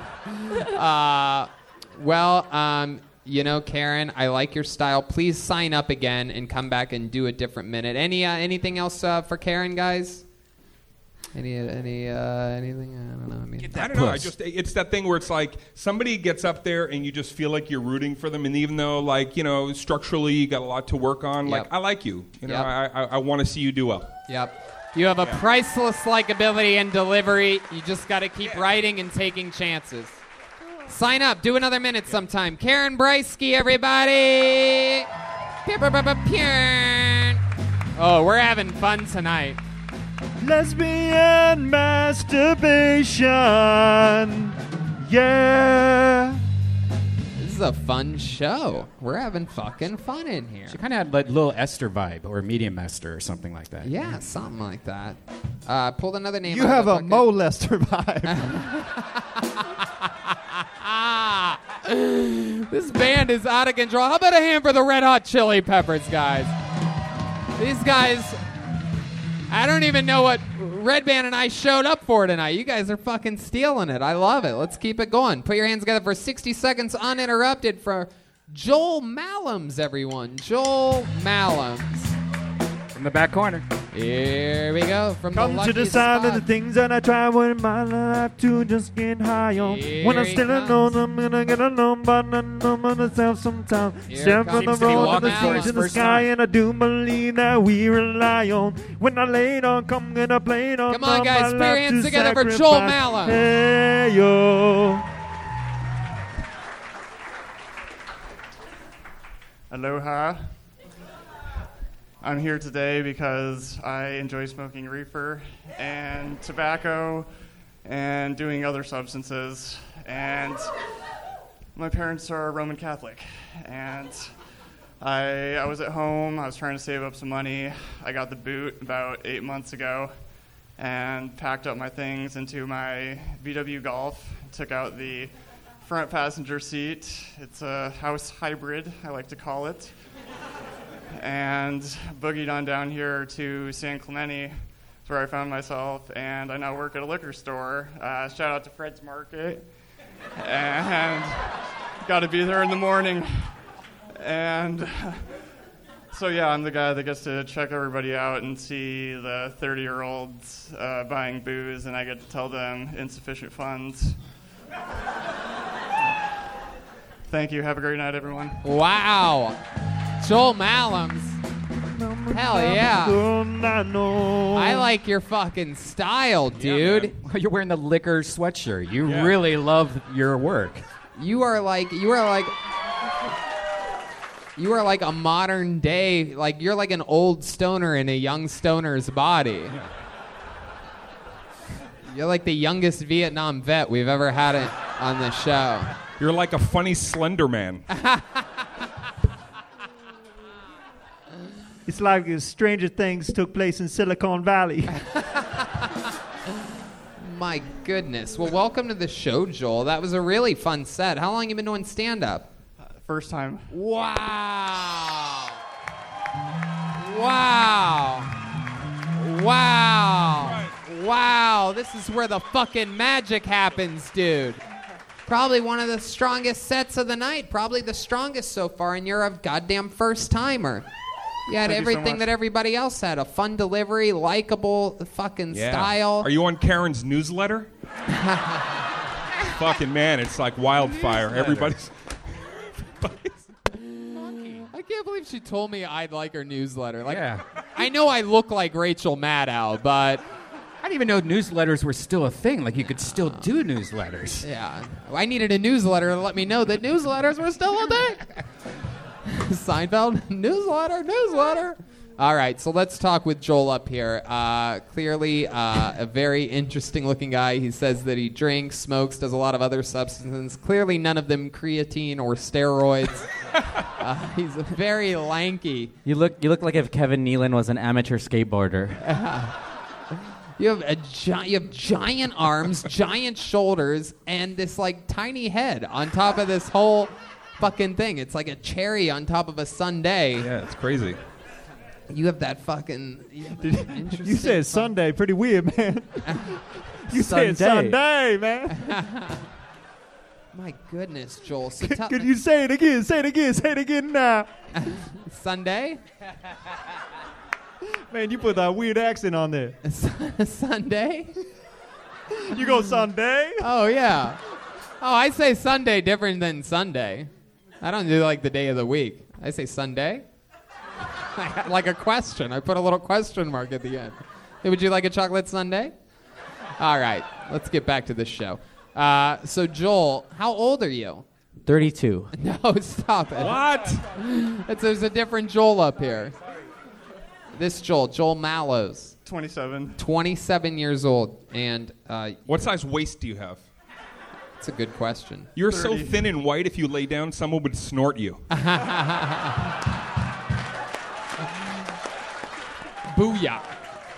Uh, well, um, you know, Karen, I like your style. Please sign up again and come back and do a different minute. Any uh, anything else uh, for Karen, guys? Any any uh, anything? I don't know. I mean, I don't know. I just it's that thing where it's like somebody gets up there and you just feel like you're rooting for them, and even though like you know structurally you got a lot to work on, Yep. like I like you. You know, Yep. I I, I want to see you do well. Yep. You have a priceless likability and delivery. You just got to keep writing and taking chances. Sign up. Do another minute sometime. Karen Brysky, everybody. Pew, pew, pew, pew, pew. Oh, we're having fun tonight. Lesbian masturbation. Yeah. This is a fun show. We're having fucking fun in here. She kind of had like little Esther vibe or medium Esther or something like that. Yeah, something like that. Uh, pulled another name. You have out of the a bucket. molester <laughs> vibe. Ah, <laughs> this band is out of control. How about a hand for the Red Hot Chili Peppers, guys? These guys, I don't even know what Red Band and I showed up for tonight. You guys are fucking stealing it. I love it. Let's keep it going. Put your hands together for 60 seconds uninterrupted for Joel Malums, everyone. Joel Malums. From the back corner. Here we go. From Come the to the luckiest sound of spot. the things that I try when my life to just get high on. Here when I'm he still comes. alone, I'm gonna get alone, but I know myself sometime. Here Step comes- on the Seems to be road and walking the for sea his to the first sky, time. and I do believe that we rely on. When I lay it on, come gonna play it on. Come on, my guys, put your life to hands together for Joel sacrifice. Mallow. Hey, yo. Aloha. I'm here today because I enjoy smoking reefer and tobacco and doing other substances. And my parents are Roman Catholic. And I, I was at home, I was trying to save up some money. I got the boot about eight months ago. and packed up my things into my VW Golf. Took out the front passenger seat. It's a house hybrid, I like to call it. and boogied on down here to San Clemente, is where I found myself. And I now work at a liquor store. Uh, shout out to Fred's Market. and got to be there in the morning. And so, yeah, I'm the guy that gets to check everybody out and see the 30 year olds uh, buying booze, and I get to tell them insufficient funds. Thank you. Have a great night, everyone. Wow. Joel Malums. Hell yeah. I like your fucking style, dude. <laughs> You're wearing the liquor sweatshirt. You really <laughs> love your work. You are like you are like you are like a modern day like you're like an old stoner in a young stoner's body. You're like the youngest Vietnam vet we've ever had it on the show. You're like a funny slender <laughs> man. It's like if Stranger Things took place in Silicon <laughs> Valley. <laughs> My goodness. Well, welcome to the show, Joel. That was a really fun set. How long you been doing stand up? Uh, First time. Wow. Wow. Wow. Wow. This is where the fucking magic happens, dude. Probably one of the strongest sets of the night. Probably the strongest so far, and you're a goddamn first timer. You Thank had you so everything much. that everybody else had a fun delivery, likable fucking style. Are you on Karen's <laughs> newsletter? Fucking man, it's like wildfire. Everybody's. I can't believe she told me I'd like her newsletter. Like, Yeah. I know I look like Rachel Maddow, but I didn't even know newsletters were still a thing. Like you could still do newsletters. Yeah. I needed a newsletter to let me know that newsletters were still a thing. <laughs> Seinfeld <laughs> newsletter, newsletter. All right, so let's talk with Joel up here. Uh, clearly, uh, a very interesting looking guy. He says that he drinks, smokes, does a lot of other substances. Clearly, none of them creatine or steroids. <laughs> uh, he's very lanky. You look you look like if Kevin Nealon was an amateur skateboarder. You have a gi- you have giant arms, giant shoulders, and this like tiny head on top of this whole fucking thing. It's like a cherry on top of a sundae. Yeah, it's crazy. You have that fucking. You, <laughs> have that interesting you said Sunday, pretty weird, man. <laughs> you said Sunday, man. <laughs> My goodness, Joel. So tell- Could you say it again? Say it again. Say it again now. <laughs> Sunday? Man, you put that weird accent on <laughs> there. Sunday? <laughs> <laughs> You go Sunday? Oh yeah. Oh, I say Sunday different than Sunday. I don't do like the day of the week. I say Sunday. <laughs> like a question. I put a little question mark at the end. Hey, would you like a chocolate Sunday? All right, let's get back to this show. Uh, so Joel, how old are you? Thirty-two. <laughs> No, stop it. What? That's, there's a different Joel up here. This Joel, Joel Mallows. 27. 27 years old, and uh, What size waist do you have? It's a good question. You're so thin and white, if you lay down, someone would snort you. Uh-huh. Booyah.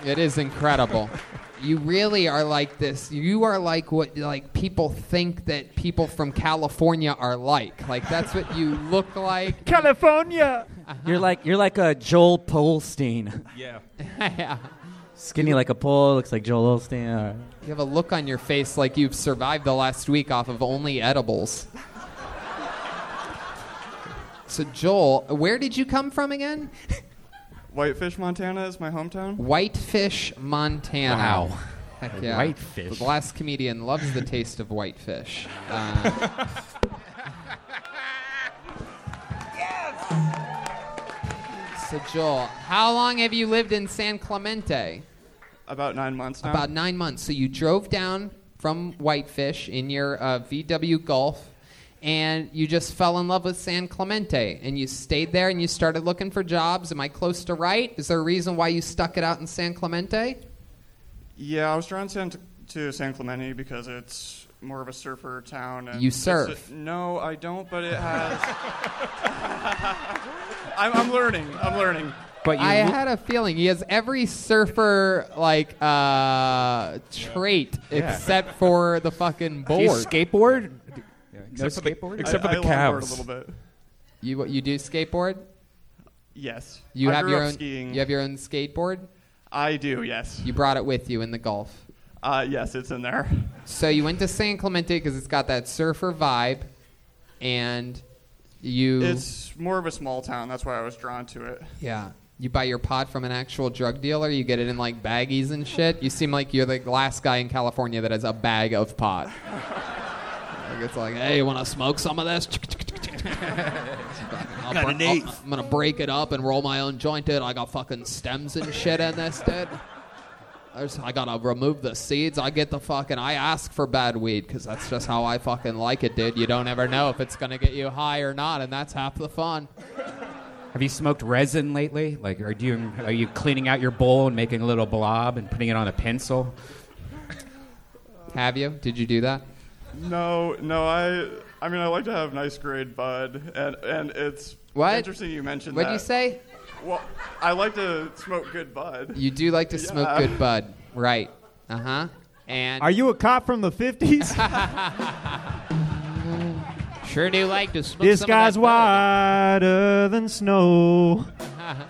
It is incredible. <laughs> you really are like this. You are like what like people think that people from California are like. Like that's what you look like. California. Uh-huh. You're like you're like a Joel Polstein. <laughs> Yeah. <laughs> yeah. Skinny like a pole, looks like Joel Olstein. All right. You have a look on your face like you've survived the last week off of only edibles. So Joel, where did you come from again? Whitefish, Montana is my hometown. Whitefish, Montana. Wow. Heck yeah. Whitefish. The last comedian loves the taste of whitefish. <laughs> Uh, so, Joel, how long have you lived in San Clemente? About nine months now. About nine months. So, you drove down from Whitefish in your uh, VW Golf. And you just fell in love with San Clemente, and you stayed there, and you started looking for jobs. Am I close to right? Is there a reason why you stuck it out in San Clemente? Yeah, I was drawn San, to San Clemente because it's more of a surfer town. And You it's surf. a- no, <laughs> I don't, but it has. I'm, I'm learning. I'm learning. But you I had a feeling he has every surfer like uh, trait Yeah. except for the fucking board. He skateboard? No Except for the- skateboard? except for the I longboard calves. a little bit. You you do skateboard? Yes. You I have grew your up own skiing. You have your own skateboard? I do, yes. You brought it with you in the Gulf. Uh, yes, it's in there. So you went to San Clemente because it's got that surfer vibe, and you It's more of a small town. That's why I was drawn to it. yeah you buy your pot from an actual drug dealer. You get it in like baggies and shit. You seem like you're the last guy in California that has a bag of pot. like it's like, hey, you want to smoke some of <laughs> this? I'll Got bur- an I'll- eighth. I'm gonna <laughs> break it up and roll my own joint, dude. I got fucking stems and shit in this, dude. There's, I gotta remove the seeds. I get the fucking. I ask for bad weed because that's just how I fucking like it, dude. You don't ever know if it's gonna get you high or not, and that's half the fun. Have you smoked resin lately? Like, are do you are you cleaning out your bowl and making a little blob and putting it on a pencil? Have you? Did you do that? No, no, I. I mean, I like to have nice grade bud, and and it's What? interesting you mentioned What'd you that. say? Well, I like to smoke good bud. You <laughs> do like to smoke Yeah. good bud, right? Uh huh. And Are you a cop from the 50s? sure do like to <sighs> smoke. this some guy's of that wider than snow. bud.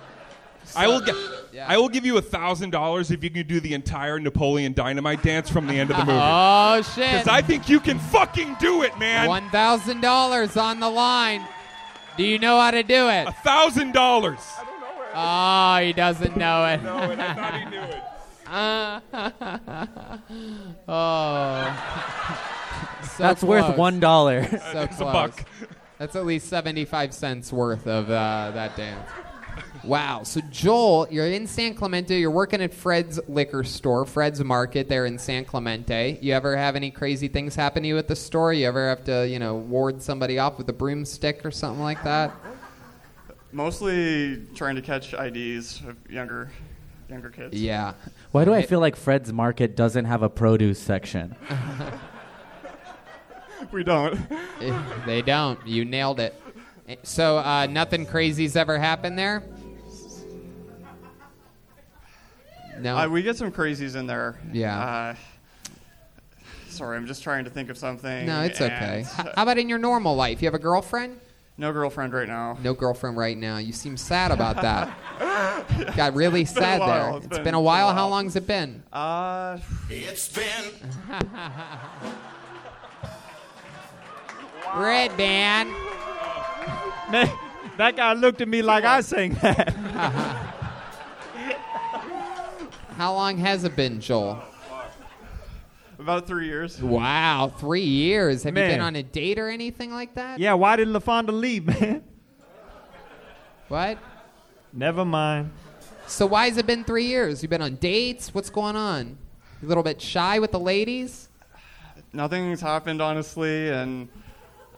I will get. Yeah. I will give you a thousand dollars if you can do the entire Napoleon Dynamite dance from the end of the movie. <laughs> Oh shit! Because I think you can fucking do it, man. <laughs> One thousand dollars on the line. Do you know how to do it? A thousand dollars. Oh, he doesn't know it. No, and I <laughs> thought he knew it. Uh, <laughs> oh. <laughs> So That's worth close. $1. So It's a close. buck. That's at least 75 cents worth of uh, that dance. Wow. So, Joel, you're in San Clemente. You're working at Fred's liquor store, Fred's Market there in San Clemente. You ever have any crazy things happen to you at the store? You ever have to, you know, ward somebody off with a broomstick or something like that? <laughs> Mostly trying to catch IDs of younger, younger kids. Why do I It- feel like Fred's Market doesn't have a produce section? We don't. Eh, they don't. You nailed it. So uh, nothing crazy's ever happened there. No. Uh, we get some crazies in there. Yeah. Uh, sorry, I'm just trying to think of something. No, it's and- okay. uh, H- How about in your normal life? You have a girlfriend? No girlfriend right now. No girlfriend right now. You seem sad about that. <laughs> <laughs> Got really It's been a sad while. there. It's it's been- been a it's while. How long's it been? Uh, it's been. Red band. that guy looked at me like I sang that. <laughs> How long has it been, Joel? About three years. Wow, three years. Have you Man. been on a date or <laughs> anything like <gasps> that? yeah, why did LaFonda leave, man? What? Never mind. So why has it been three years? You've been on dates. What's going on? You a little bit shy with the ladies? Nothing's happened honestly, and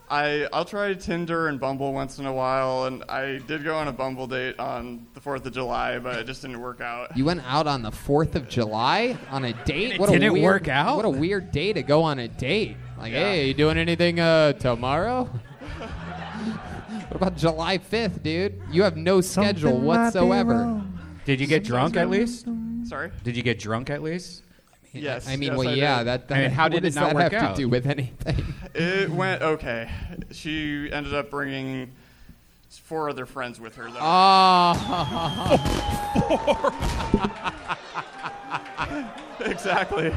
I I'll try Tinder and Bumble once in a while, and I did go on a Bumble date on the Fourth of July, but it just didn't work out. You went out on the Fourth of July on a date. It what a didn't weird, work out? What a weird day to go on a date. Like, Yeah. hey, you doing anything uh, tomorrow? <laughs> what about July fifth, dude? You have no schedule whatsoever. Did you get drunk at least? Sorry. Did you get drunk at least? Yes. I mean, yes, well, I yeah. did. That, <laughs> I mean, how what did it does not that work have out? to do with anything? It went okay. She ended up bringing four other friends with her. Though. Ah. <laughs> exactly.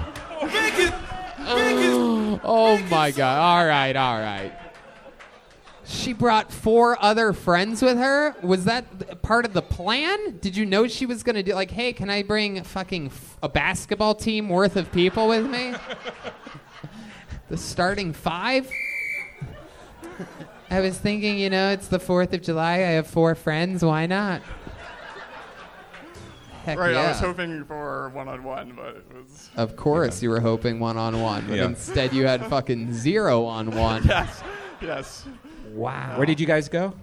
oh my god! All right, <laughs> all right. She brought four other friends with her. Was that th- part of the plan? Did you know she was gonna do like, hey, can I bring fucking f- a basketball team worth of people with me? the starting five. I was thinking, you know, it's the Fourth of July. I have four friends. Why not? Heck right. yeah. I was hoping for one-on-one, but it was. Of course, you were hoping one on one, but Yeah. instead you had fucking zero on <laughs> <laughs> one. yes. Yes. Uh, Wow. Where did you guys go?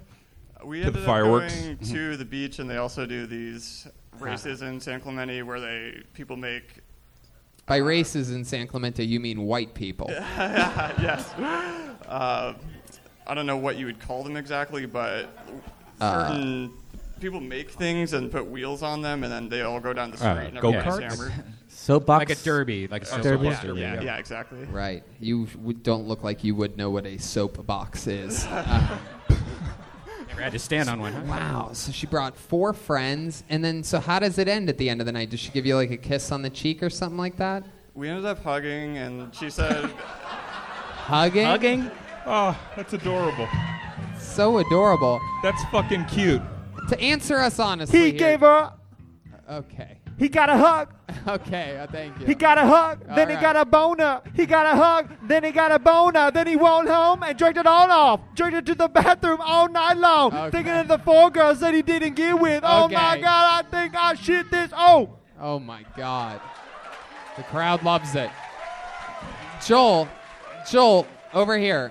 We To the ended fireworks? up going to the beach, and they also do these races in San Clemente where they people make. By races in San Clemente, you mean white people. <laughs> yes. Uh, I don't know what you would call them exactly, but Uh, certain people make things and put wheels on them, and then they all go Uh, Uh, down the street. Oh, and everybody's go-karts? <laughs> hammered. Soapbox? Like a derby, like a Oh, soapbox yeah, derby, Yeah, yeah. yeah, exactly. Right. You w- don't look like you would know what a soap <laughs> box is. <laughs> uh, Never had to stand on one, huh? Wow. So she brought four friends, and then so how does it end at the end of the night? Does she give you like a kiss on the cheek or something like that? We ended up hugging, and she said, <laughs> Hugging. Hugging? Oh, that's adorable. So adorable. That's fucking cute. To answer us honestly, He here- gave her. Okay. He got a hug. <laughs> Okay. uh, thank you. He got a hug. All then he right. got a boner. He got a hug. Then he got a boner. Then he went home and drank it all off. Drank it to the bathroom all night long, thinking of the four girls that he didn't get with. Oh my Okay. God! I think I shit this. Oh. Oh my God. The crowd loves it. Joel, Joel, over here.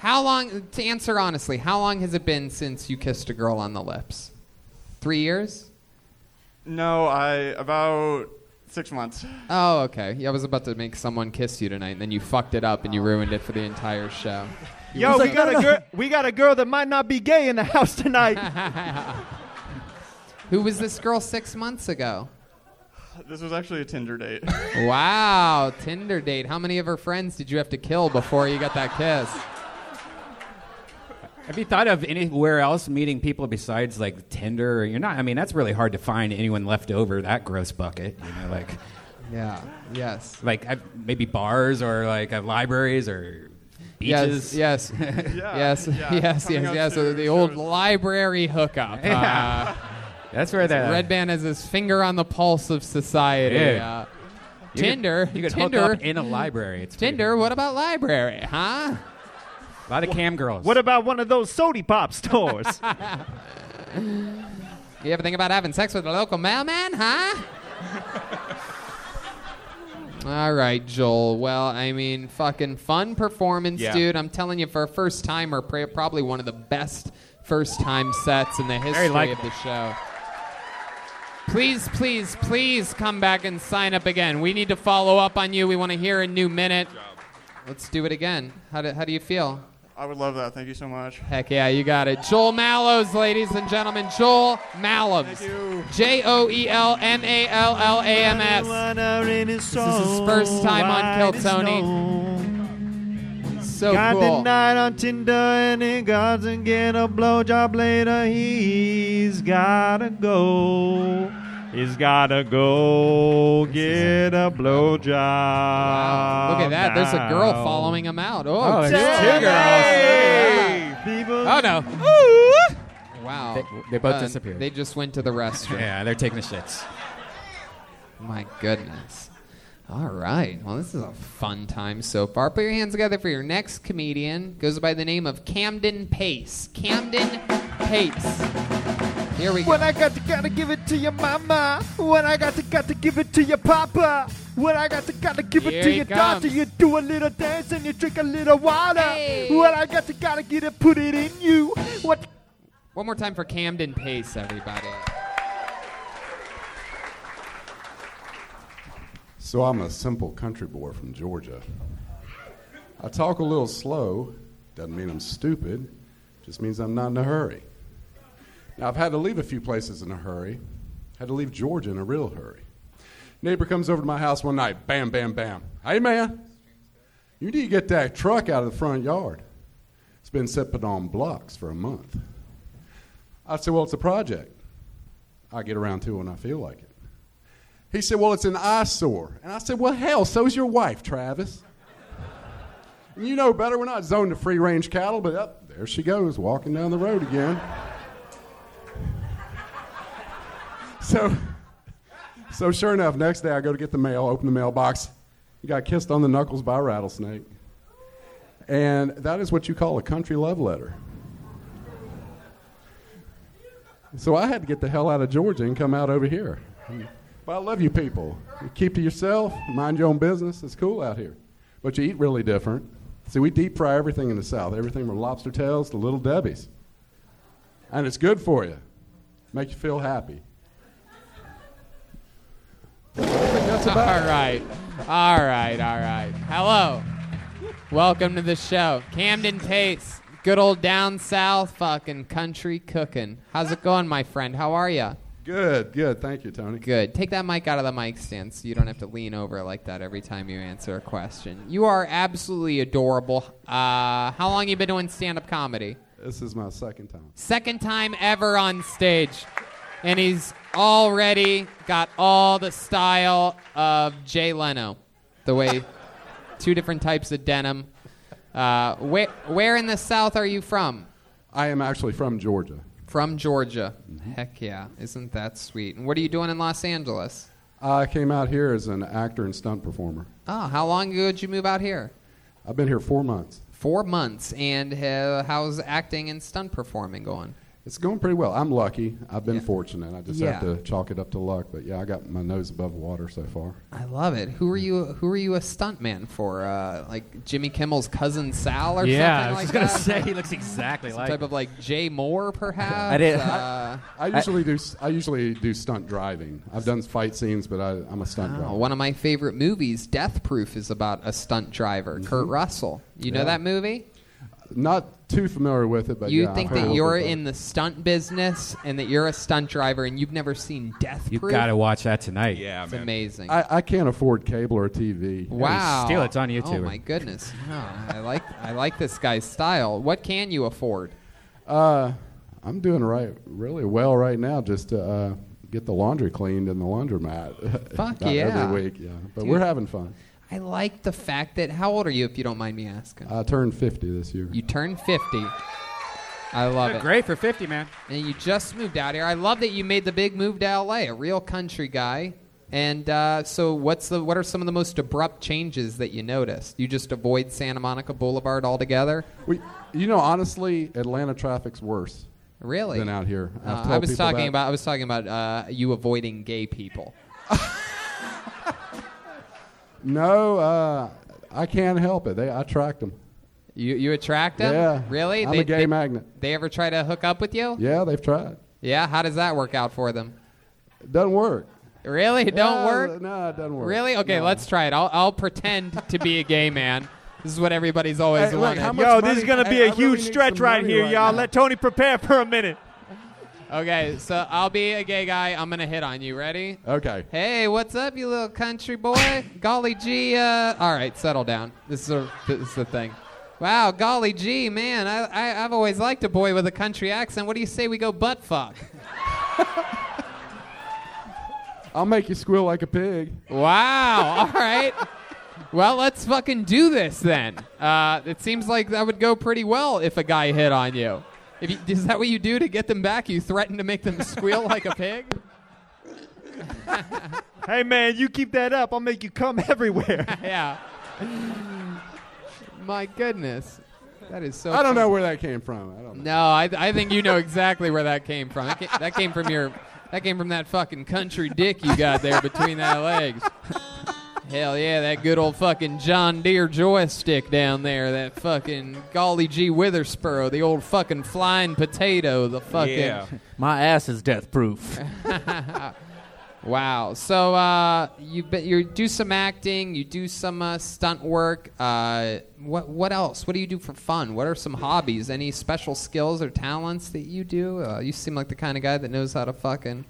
How long, to answer honestly, how long has it been since you kissed a girl on the lips? Three years? "No, I about six months." Oh, okay. Yeah, I was about to make someone kiss you tonight, and then you fucked it up and you ruined it for the entire show. You Yo, were we so- got a girl. We got a girl that might not be gay <laughs> in the house tonight. <laughs> Who was this girl six months ago? <laughs> This was actually a Tinder date. Wow, Tinder date. How many of her friends did you have to kill before you got that kiss? Have you thought of anywhere else meeting people besides like Tinder? You're not. I mean, that's really hard to find anyone left over that gross bucket. You know, like Yeah, yes. like i maybe bars or like uh, libraries or beaches. Yes, <laughs> yes, <laughs> yes, yes, yes, coming up yes. to The old library hookup. Yeah. Uh, <laughs> That's where that Red Band has his finger on the pulse of society. Yeah. Uh, You could- Tinder. you could hook Tinder up in a library. It's pretty- Tinder. What about library? Huh? A lot of cam girls. What about one of those sody pop stores? <laughs> You ever think about having sex with a local mailman? Huh? All right, Joel. Well, I mean, fucking fun performance, Yeah. dude. I'm telling you, for a first timer, pr- probably one of the best first time sets in the history of likable. the show. Please, please, please come back and sign up again. We need to follow up on you. We want to hear a new minute. Let's do it again. How do, how do you feel? I would love that. Thank you so much. Heck yeah, you got it. Joel Mallows, ladies and gentlemen. Joel Mallows. J O E L M A L L A M S. This is his first time on Kill Tony. So got cool. the night on Tinder and he goes and get a blowjob later. He's gotta go. He's gotta go get a blowjob. Look at that. There's a girl following him out. Oh, Oh, two there's two girls. Oh, no. Wow. They- they both disappeared. Uh, They just went to the restroom. <laughs> Yeah, they're taking the shits. My goodness. All right. Well, this is a fun time so far. Put your hands together for your next comedian. Goes by the name of Camden Pace. Camden Pace. Here we go. When I got to gotta give it to your mama. When I got to gotta give it to your papa. When I got to gotta give it Here to he your daughter, comes. you do a little dance and you drink a little water. Hey. When I got to gotta get it, put it in you. What? One more time for Camden Pace, everybody. So I'm a simple country boy from Georgia. I talk a little slow. Doesn't mean I'm stupid. Just means I'm not in a hurry. Now I've had to leave a few places in a hurry. Had to leave Georgia in a real hurry. Neighbor comes over to my house one night. Bam, bam, bam. Hey man, you need to get that truck out of the front yard. It's been sitting on blocks for a month. I said, well, it's a project. I get around to it when I feel like it. He said, Well, it's an eyesore. And I said, Well, hell, so's your wife, Travis. And you know better, we're not zoned to free range cattle, but up there she goes, walking down the road again. so, so sure enough, next day I go to get the mail, open the mailbox. You got kissed on the knuckles by a rattlesnake. And that is what you call a country love letter. So I had to get the hell out of Georgia and come out over here. Hmm. But I love you people. You keep to yourself, mind your own business. It's cool out here. But you eat really different. See, we deep fry everything in the South, everything from lobster tails to little debbies. And it's good for you. Make you feel happy. all right. All right. All right. Hello. Welcome to the show. Camden Pace. Good old down south fucking country cooking. How's it going, my friend? How are you? Good, good. Thank you, Tony. Good. Take that mic out of the mic stand so you don't have to lean over like that every time you answer a question. You are absolutely adorable. Uh, how long you been doing stand-up comedy? This is my second time. Second time ever on stage. And he's already got all the style of Jay Leno. The way two different types of denim. Uh, where, where in the South are you from? I am actually from Georgia. From Georgia. Heck yeah. Isn't that sweet? And what are you doing in Los Angeles? I came out here as an actor and stunt performer. Oh, how long ago did you move out here? I've been here four months. Four months. And uh, how's acting and stunt performing going? It's going pretty well. I'm lucky. I've been fortunate. I just have Yeah. to chalk it up to luck. But yeah, I got my nose above water so far. I love it. Who are you? Who are you a stuntman for? Uh, like Jimmy Kimmel's cousin Sal or Yeah, something I was like just gonna that? say, he looks exactly Some like type him. of like Jay Moore, perhaps. I did- Uh, I usually do. s- I usually do stunt driving. I've done fight scenes, but I, I'm a stunt Oh, driver. one of my favorite movies, Death Proof, is about a stunt driver, Kurt Russell. You know Mm-hmm. Yeah. that movie? Not too familiar with it, but you yeah, I've think heard a that little you're bit about in the stunt business and that you're a stunt driver and you've never seen Death You've Proof? got to watch that tonight. Yeah, it's amazing. it. I, I can't afford cable or TV. wow, steal it. It's on Oh YouTube. my goodness, no, I like I like this guy's style. What can you afford? Uh, I'm doing right, really well right now. Just to uh, get the laundry cleaned in the laundromat. <laughs> Fuck About yeah. Every week, yeah. But Dude. we're having fun. I like the fact that. How old are you, if you don't mind me asking? I turned 50 this year. You turned 50. I love it. Great for 50, man. And you just moved out here. I love that you made the big move to LA, a real country guy. And uh, so, what's the what are some of the most abrupt changes that you noticed? You just avoid Santa Monica Boulevard altogether. We, you know, honestly, Atlanta traffic's worse. Really? Than out here. I've Uh, told I was people talking that. about I was talking about uh, you avoiding gay people. No, uh, I can't help it. They, I tracked them. You you attract them? Yeah. Really? I'm a gay magnet. They ever try to hook up with you? Yeah, they've tried. Yeah. How does that work out for them? It doesn't work. Really? It don't Yeah, work? No, it doesn't work. Really? Okay, No. let's try it. I'll, I'll pretend to be a gay man. This is what everybody's always Hey, look, wanted. how Yo, this is gonna be a a huge stretch right here, y'all. Let Tony prepare for a minute. Okay, so I'll be a gay guy. I'm gonna hit on you. Ready? Okay. Hey, what's up, you little <laughs> country boy? golly gee, uh, all right, settle down. This is, a, <laughs> this is the thing. Wow, golly gee, man, I, I, I've always liked a boy with a country accent. What do you say we go butt fuck? I'll make you squeal like a pig. Wow, <laughs> all right. Well, let's fucking do this then. Uh, it seems like that would go pretty well if a guy hit on you. If you. Is that what you do to get them back? You threaten to make them <laughs> squeal like a pig? Hey man, you keep that up. I'll make you come <laughs> everywhere. yeah. My goodness. That is so. I don't funny. know where that came from. I don't know. No, I, I think you know exactly where that came from. That came, that came from your, that came from that fucking country dick you got there between that legs. <laughs> Hell yeah, that good old fucking John Deere joystick down there. That fucking golly gee Witherspurrow, the old fucking flying potato, the fucking. My ass is death proof. Wow. So uh, you be, you do some acting, you do some uh, stunt work. Uh, what what else? What do you do for fun? What are some hobbies? Any special skills or talents that you do? Uh, you seem like the kind of guy that knows how to fucking.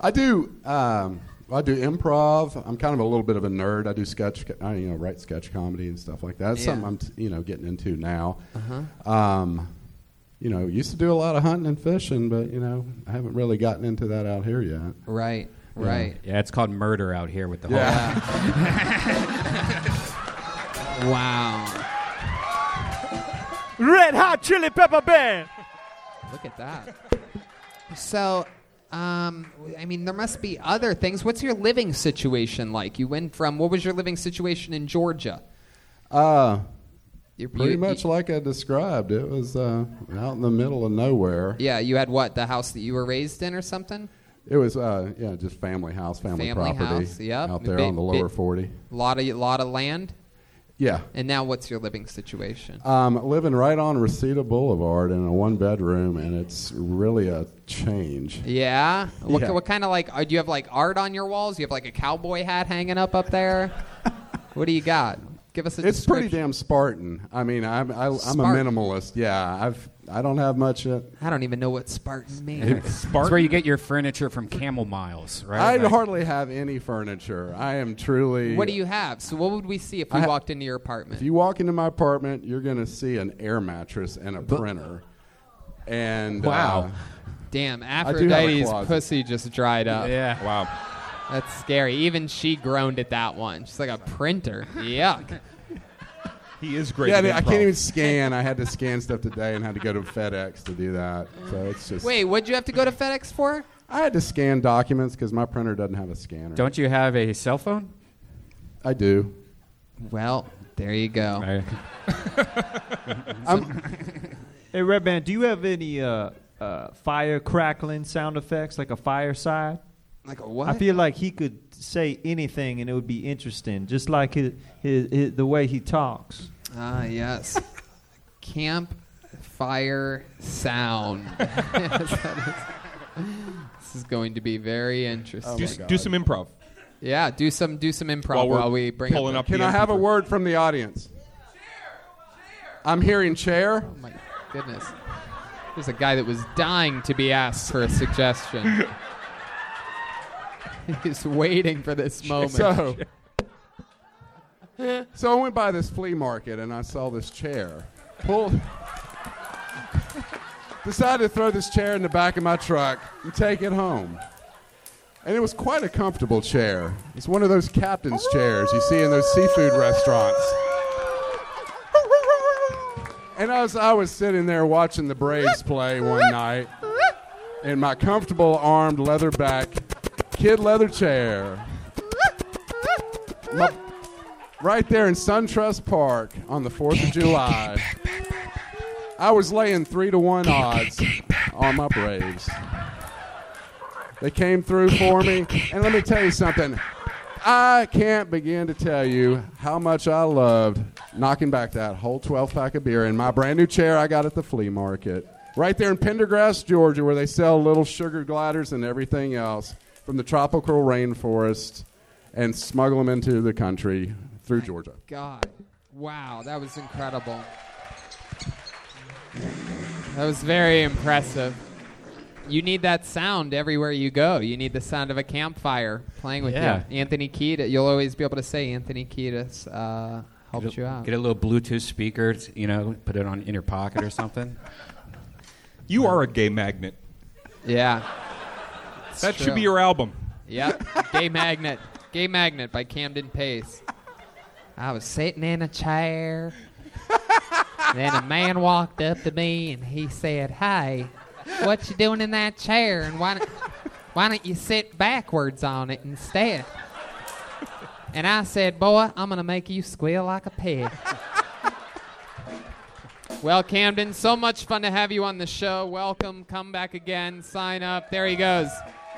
I do. Um, I do improv. I'm kind of a little bit of a nerd. I do sketch. I you know write sketch comedy and stuff like that. That's Yeah. something I'm t- you know getting into now. Uh-huh. Um, you know, used to do a lot of hunting and fishing, but you know, I haven't really gotten into that out here yet. Right. Right. Yeah, it's called murder out here with the Yeah. <laughs> <laughs> whole. wow. Red Hot Chili Pepper Band. Look at that. So, um, I mean, there must be other things. What's your living situation like? You went from what was your living situation in Georgia? Uh, You're pretty you- much like I described. It was uh, out in the middle of nowhere. Yeah, you had what? The house that you were raised in, or something? It was uh, yeah, just family house, family, Family property house, yep. out there Big- on the lower big- forty. lot of lot of land. Yeah. And now, what's your living situation? Um, living right on Reseda Boulevard in a one bedroom, and it's really a change. Yeah. What, Yeah. what kind of like? uh, Do <laughs> you have like art on your walls? You have like a cowboy hat hanging up up there. what do you got? Give us a it's pretty damn Spartan. I mean, I'm, I, I'm Spartan. a minimalist. Yeah, I've I don't have much. Uh, I don't even know what Spartan means. It's where you get your furniture from Camel Miles, I right? hardly have any furniture. I am truly. What do you have? So what would we see if I we ha- walked into your apartment? If you walk into my apartment, you're going to see an air mattress and a printer. And Wow. uh, Damn, I do have a Aphrodite's closet. Um, pussy just dried up. Yeah. Wow. That's scary. Even she groaned at that one. She's like a printer. Yuck. He is great. Yeah, I, mean, I can't even scan. I had <laughs> to scan stuff today and had to go to FedEx to do that. So it's just. Wait, what'd you have to go to FedEx for? I had to scan documents because my printer doesn't have a scanner. Don't you have a cell phone? I do. Well, there you go. <laughs> Hey, Red Band, do you have any uh, uh, fire crackling sound effects, like a fireside? Like a what? I feel like he could say anything and it would be interesting, just like his, his, his, the way he talks. Ah, yes. Camp fire sound. <laughs> Yes, that is- this is going to be very interesting. do, s- do some improv. yeah, do some do some improv While while, we're we bring pulling up. up the- Can I have a word from the audience? I'm hearing chair. Oh my goodness. There's a guy that was dying to be asked for <laughs> a suggestion. <laughs> He's waiting for this moment. So, so <laughs> I went by this flea market and I saw this chair. Pulled. <laughs> decided to throw this chair in the back of my truck and take it home. And it was quite a comfortable chair. It's one of those captain's chairs you see in those seafood restaurants. And as I was sitting there watching the Braves play one night in my comfortable armed leather back kid leather chair. My- right there in SunTrust Park on the 4th of July. I was laying three to one odds on my Braves. They came through for me. And let me tell you something. I can't begin to tell you how much I loved knocking back that whole 12 pack of beer in my brand new chair I got at the flea market. Right there in Pendergrass, Georgia, where they sell little sugar gliders and everything else from the tropical rainforest and smuggle them into the country through Georgia. God. Wow, that was incredible. That was very impressive. You need that sound everywhere you go. You need the sound of a campfire playing with Yeah. you. Anthony Kiedis, you'll always be able to say Anthony Kiedis uh, helped you out. Get a little Bluetooth speaker, t- you know, put it on in your pocket or something. You are a gay magnet. Yeah. that should true. be your album. Yep. Gay Magnet. Gay Magnet by Camden Pace. I was sitting in <laughs> a chair. then a man walked up to me and he said, Hey, what you doing in that chair? And why don't, why don't you sit backwards on it instead? And I said, Boy, I'm going to make you squeal like a pig. Well, Camden, so much fun to have you on the show. Welcome. Come back again. Sign up. There he goes.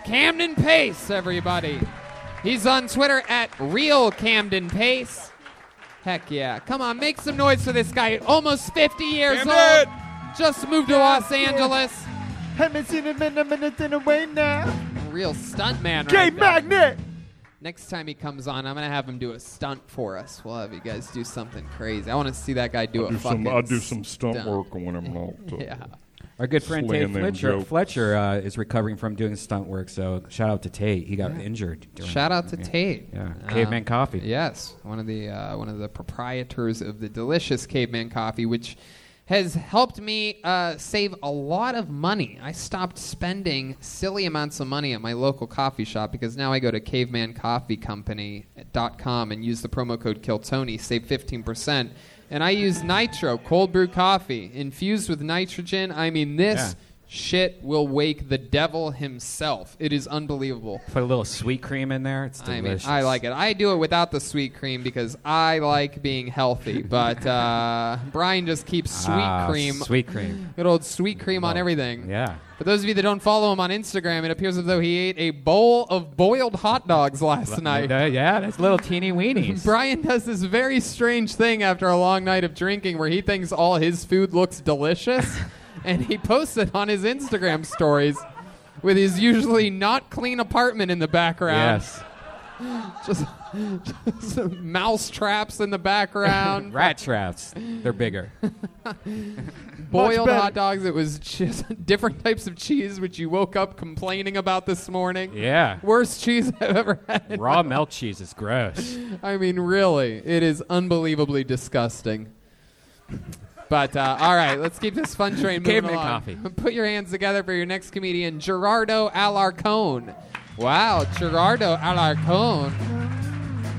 Camden Pace, everybody. He's on Twitter at Real Camden Pace. Heck yeah. Come on, make some noise for this guy. Almost 50 years Camden! old. Just moved to Los Angeles. Haven't seen him in a minute in a way now. Real stunt man. Gay right there. magnet! Next time he comes on, I'm gonna have him do a stunt for us. We'll have you guys do something crazy. I want to see that guy do a fucking. stunt. when I'm not. <laughs> Yeah. Our good friend Slam Tate them Fletcher, jokes. Fletcher uh, is recovering from doing stunt work, so shout out to Tate. He got injured. During Shout out to yeah. Tate. Yeah. Um, Caveman Coffee. Yes, one of the uh, one of the proprietors of the delicious Caveman Coffee, which has helped me uh, save a lot of money. I stopped spending silly amounts of money at my local coffee shop because now I go to cavemancoffeecompany.com and use the promo code KILLTONY, save 15%. And I use Nitro, cold brew coffee, infused with nitrogen. I mean, this Yeah. shit will wake the devil himself. It is unbelievable. Put a little sweet cream in there. It's I mean, delicious. I like it. I do it without the sweet cream because I like being healthy. But uh, Brian just keeps sweet Ah, cream, Sweet <laughs> cream. good old sweet cream on everything. Yeah. For those of you that don't follow him on Instagram, it appears as though he ate a bowl of boiled hot dogs last night. Uh, yeah, that's little teeny weenies. <laughs> Brian does this very strange thing after a long night of drinking where he thinks all his food <laughs> looks delicious and he posts it on his Instagram stories with his usually not clean apartment in the background. Yes. <laughs> Just <laughs> Some mouse traps in the background. <laughs> Rat traps. They're bigger. Boiled better. hot dogs. It was just <laughs> different types of cheese, which you woke up complaining about this morning. Yeah. Worst cheese I've ever had. Raw milk cheese is gross. I mean, really, it is unbelievably disgusting. But uh, all right, let's keep this fun train moving Gave me along. coffee. <laughs> Put your hands together for your next comedian, Gerardo Alarcon. Wow, Gerardo Alarcon.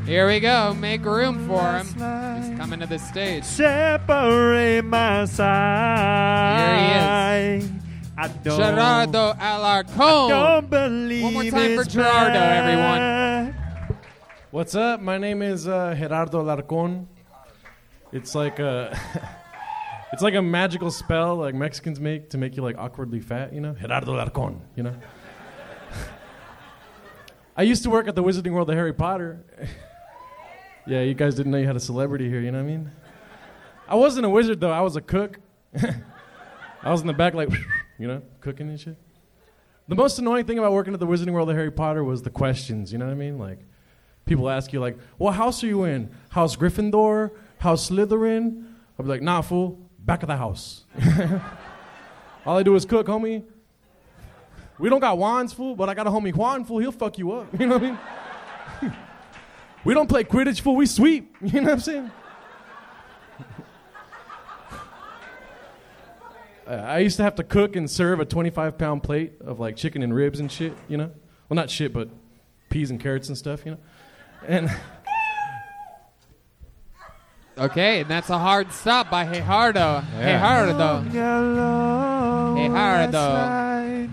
Here we go. Make room for him. He's coming to the stage. Separate my Here side. Here he is. I don't, Gerardo Alarcon. I don't believe One more time for it's Gerardo, everyone. back. What's up? My name is uh, Gerardo Larcon. It's like a, <laughs> it's like a magical spell like Mexicans make to make you like awkwardly fat. You know, Gerardo Larcon. You know. <laughs> I used to work at the Wizarding World of Harry Potter. <laughs> yeah, you guys didn't know you had a celebrity here. You know what I mean? I wasn't a wizard though. I was a cook. <laughs> I was in the back like, <laughs> you know, cooking and shit. The most annoying thing about working at the Wizarding World of Harry Potter was the questions. You know what I mean? Like, people ask you like, "What house are you in? House Gryffindor? House Slytherin?" I'll be like, "Nah, fool. Back of the house. <laughs> All I do is cook, homie. We don't got wands, fool, but I got a homie Juan, fool. He'll fuck you up. <laughs> You know what I mean? <laughs> we don't play Quidditch, fool. We sweep. <laughs> You know what I'm saying?" I Uh, I used to have to cook and serve a 25 pound plate of like chicken and ribs and shit, you know? Well, not shit, but peas and carrots and stuff, you know? And <laughs> Okay, and that's a hard stop by Gerardo. Yeah. Gerardo. Gerardo.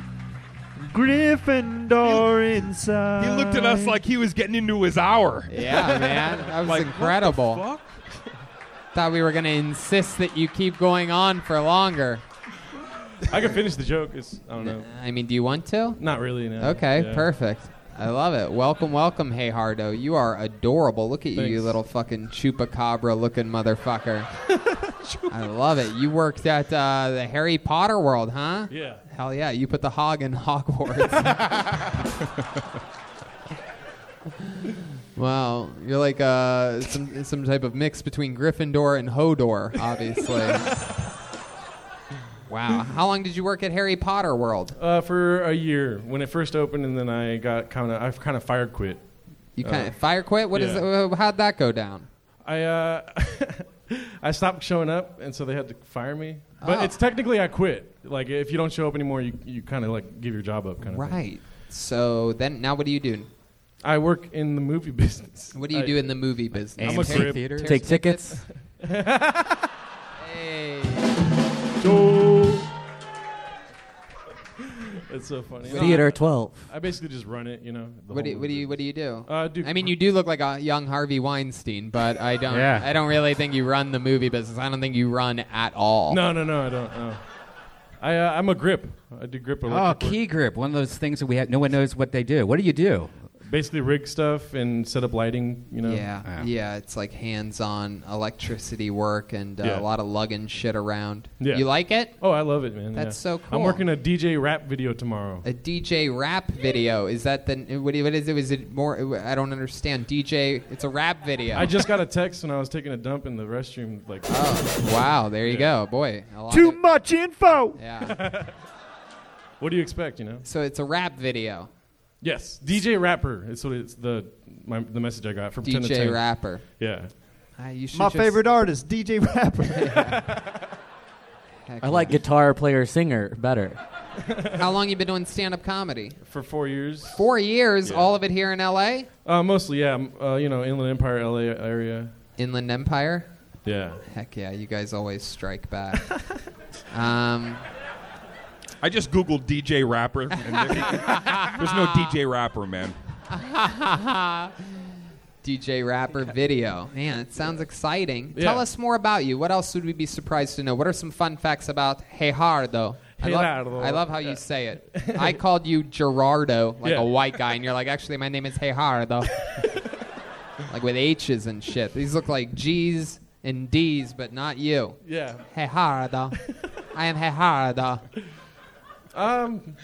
Gryffindor inside. He looked at us like he was getting into his hour. <laughs> Yeah, man. <laughs> That Like, was what the incredible. fuck? Thought we were going to insist that you keep going on for longer. I can finish the joke. It's, I don't know. I mean, do you want to? Not really, no. Okay, Yeah. perfect. I love it. Welcome, welcome, Hey Hardo. You are adorable. Look at you, you Thanks. little fucking chupacabra looking <laughs> motherfucker. I love it. You worked at uh, the Harry Potter world, huh? Yeah. Hell yeah. You put the hog in <laughs> <laughs> Hogwarts. wow. You're like uh, some, some type of mix between Gryffindor and Hodor, <laughs> obviously. wow. How long did you work at Harry Potter world? Uh, for a year when it first opened, and then I got kind of, I've kind of fire quit. Uh, You kind of fire quit? What is it? How'd that go down? I uh, <laughs> I stopped showing up, and so they had to fire me. But Oh. it's technically I quit. Like if you don't show up anymore, you you kind of like give your job up, kind of. Right. So then, now what do you do? I work in the movie <laughs> business. What do you I- do in the movie business? I'm a grip. Take tickets. <laughs> hey. It's so funny. Theater 12. I basically just run it, you know. the What do, whole what do you what do you do? Uh, do- I mean, you do look like a young Harvey Weinstein, but I don't. Yeah. I don't really think you run the movie business. I don't think you run at all. Oh, <laughs> No, no, no, I don't. No. I uh, I'm a grip. I do grip. Oh, electric work. key grip. One of those things that we have. No one knows what they do. What do you do? Basically rig stuff and set up lighting. You know. Yeah. yeah, It's like hands-on electricity work and uh, a Yeah. lot of lugging shit around. Yeah. You like it? Oh, I love it, man. That's yeah. so cool. I'm working a DJ rap video tomorrow. a DJ rap video. Is that the what, do you- what is it? Is it more? uh, I don't understand. DJ. It's a rap video. I just got a text when I was taking a dump in the restroom. Like, Oh, Wow, there you go, boy. a lot Too of- much info. Yeah. <laughs> what do you expect? You know. so it's a rap video. Yes, DJ rapper. It's what it's the my, the message I got from 10 to DJ 10. rapper. Yeah. Uh, you should My just- favorite artist, DJ <laughs> Rapper. I like guitar player singer better. How long you been doing stand-up comedy? For four years. Four years, all of it here in L.A. Uh, mostly, yeah. m- Uh, you know, Inland Empire, LA area. Inland Empire. Yeah. Heck yeah, you guys always strike <laughs> back. um, I just googled DJ rapper. <laughs> And there- there's no DJ rapper, man. DJ rapper video. Man, it sounds exciting. Yeah. Tell us more about you. What else would we be surprised to know? What are some fun facts about Gerardo? I love, Gerardo. I love how you say it. <laughs> I called you Gerardo, like Yeah. a white guy, and you're like, actually, my name is <laughs> Gerardo. like with H's and shit. These look like G's and D's, but not you. Yeah. Gerardo. I am Gerardo. Um,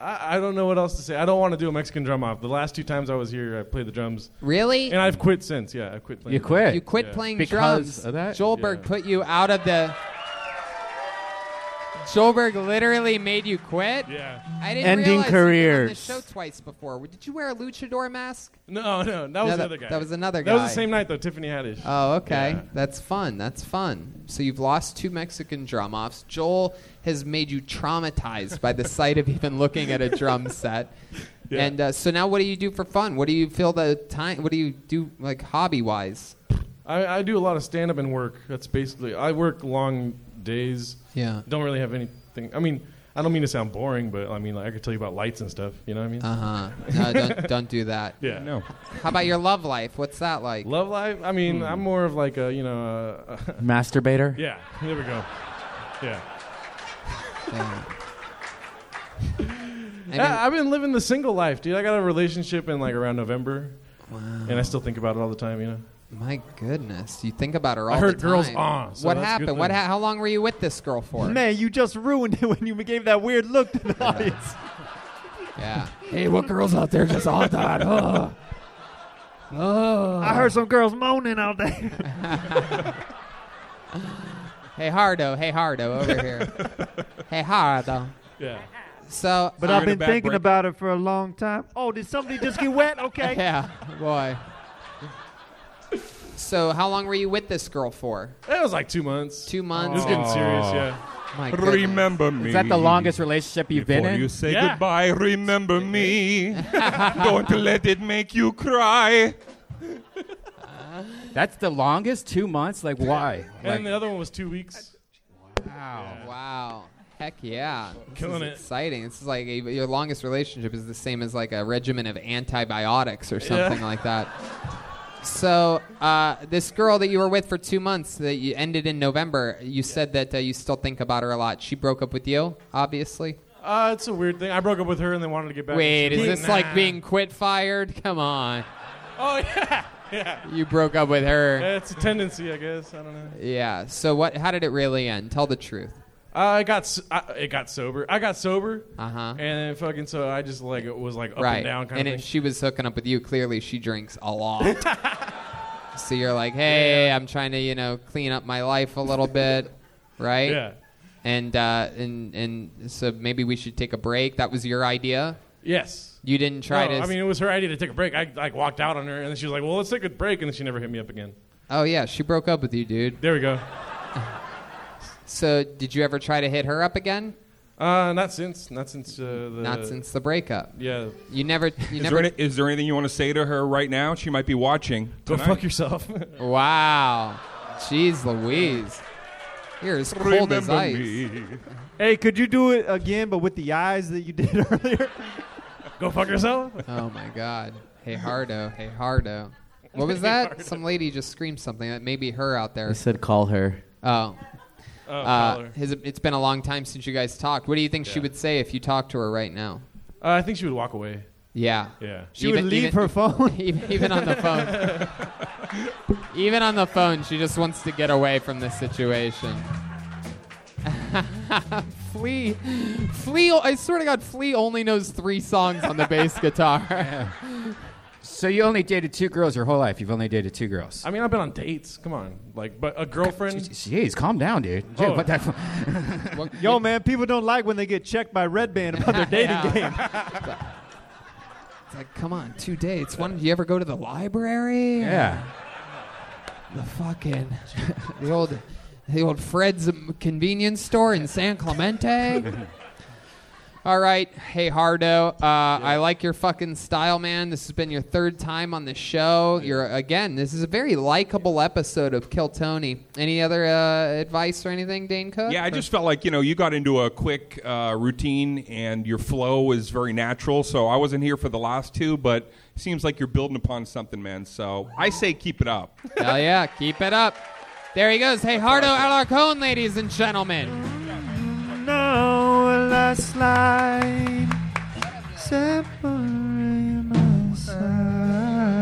I, I don't know what else to say. I don't want to do a Mexican drum off. The last two times I was here, I played the drums. Really? And I've quit since. Yeah, I quit playing. You the quit? drums. You quit Yeah. playing drums. Joelberg put you out of the. Joelberg literally made you quit. Yeah. I didn't Ending realize you've been on careers. this show twice before. Did you wear a luchador mask? No, no, that was another guy. That was another guy. That was the same night though. Tiffany Haddish. Oh, okay. Yeah. That's fun. That's fun. So you've lost two Mexican drum offs. Joel has made you traumatized by the sight of even looking at a <laughs> drum set. Yeah. And uh, so now, what do you do for fun? What do you feel the time? What do you do like hobby wise? I, I do a lot of stand up and work. That's basically I work long days. Yeah. Don't really have anything. I mean, I don't mean to sound boring, but I mean like I could tell you about lights and stuff. You know what I mean? Uh huh. No, don't don't do that. <laughs> Yeah. No. How about your love life? What's that like? hmm. Love life? I mean, I'm more of like a you know. A, <laughs> a Masturbator? Yeah. There we go. Yeah. I Yeah, I've been living the single life, dude. I got a relationship in like around November, and I still think about it all the time. You know. My goodness, you think about her all I heard the time. girls ah, what so that's a good happened? What? thing. Ha- how long were you with this girl for? Man, you just ruined it when you gave that weird look to the audience. <laughs> Yeah. Hey, what girls out there just all <laughs> that? Ugh. Oh. I heard some girls moaning out there. <laughs> Hey Hardo, hey Hardo, <laughs> over here. hey Hardo. Yeah. <laughs> So, but I've been thinking about it for a long time. Oh, <laughs> did somebody just get wet? Okay. Yeah, boy. So, how long were you with this girl for? It was like two months. Two months. It's getting serious, yeah. My goodness. remember me. Is that the longest relationship you've been Before in? you say Yeah. goodbye, remember <laughs> me. Don't let it make <laughs> you cry. That's the longest? Two months? Like, why? And Like, the other one was two weeks. Wow. Wow. Heck yeah. This Killing is it. Exciting. This is like a, your longest relationship is the same as like a regimen of antibiotics or something Yeah. like that. So, uh, this girl that you were with for two months that you ended in November, you said that uh, you still think about her a lot. She broke up with you, obviously. Uh, it's a weird thing. I broke up with her and then wanted to get back. Wait, with is her. this like being quit fired? Come on. Oh yeah, <laughs> yeah. You broke up with her. Yeah, It's a tendency, I guess. I don't know. Yeah. So what? How did it really end? Tell the truth. I got s I it got sober. I got sober. Uh huh. And then fucking so I just like it was like up right. and down kind and of if thing. she was hooking up with you, clearly she drinks a <laughs> lot. so you're like, hey, I'm trying to, you know, clean up my life a little <laughs> bit, right? Yeah. And uh, and and so maybe we should take a break. That was your idea. Yes. You didn't try to. No, I mean, it was her idea to take a break. I like walked out on her, and then she was like, "Well, let's take a break," and then she never hit me up again. oh yeah, she broke up with you, dude. There we go. <laughs> So did you ever try to hit her up again? Uh, not since, not since uh, the. Not since the breakup. Yeah. You never. You Is, never. there any- is there anything you want to say to her right now? She might be watching. Go tonight. fuck yourself. wow. Jeez Louise. You're as cold as Remember ice. me. hey, could you do it again, but with the eyes that you did <laughs> earlier? Go fuck yourself. Oh my God. Hey Hardo. Hey Hardo. What <laughs> was that? Some lady just screamed something. That may be her out there. I said call her. Oh. Oh, Uh, call her. has it- it's been a long time since you guys talked. What do you think she Yeah. would say if you talked to her right now? Uh, I think she would walk away. Yeah. Yeah. She would leave her phone. <laughs> Even, even on the <laughs> phone. even on the phone, she just wants to get away from this situation. Flea, Flea. I swear to God, Flea only knows three songs on the <laughs> bass guitar. So you only dated two girls your whole life. You've only dated two girls. I mean, I've been on dates. Come on, <laughs> like, but a girlfriend. Jeez, calm down, dude. Oh. Dude, what the- Yo, man, people don't like when they get checked by Red Band about their dating <laughs> Yeah. game. It's like, come on, two dates. One, do you ever go to the library? Yeah. The fucking <laughs> the old the old Fred's um, convenience store in <laughs> San Clemente. All right, hey Hardo, uh, I like your fucking style, man. This has been your third time on the show. You're again. This is a very likable episode of Kill Tony. Any other uh, advice or anything, Dane Cook? Yeah, I just felt like you know you got into a quick uh, routine and your flow was very natural. So I wasn't here for the last two, but it seems like you're building upon something, man. So I say keep it up. <laughs> Hell yeah, keep it up. There he goes. Hey Hardo Alarcon, ladies and gentlemen. No, let slide. Separate us.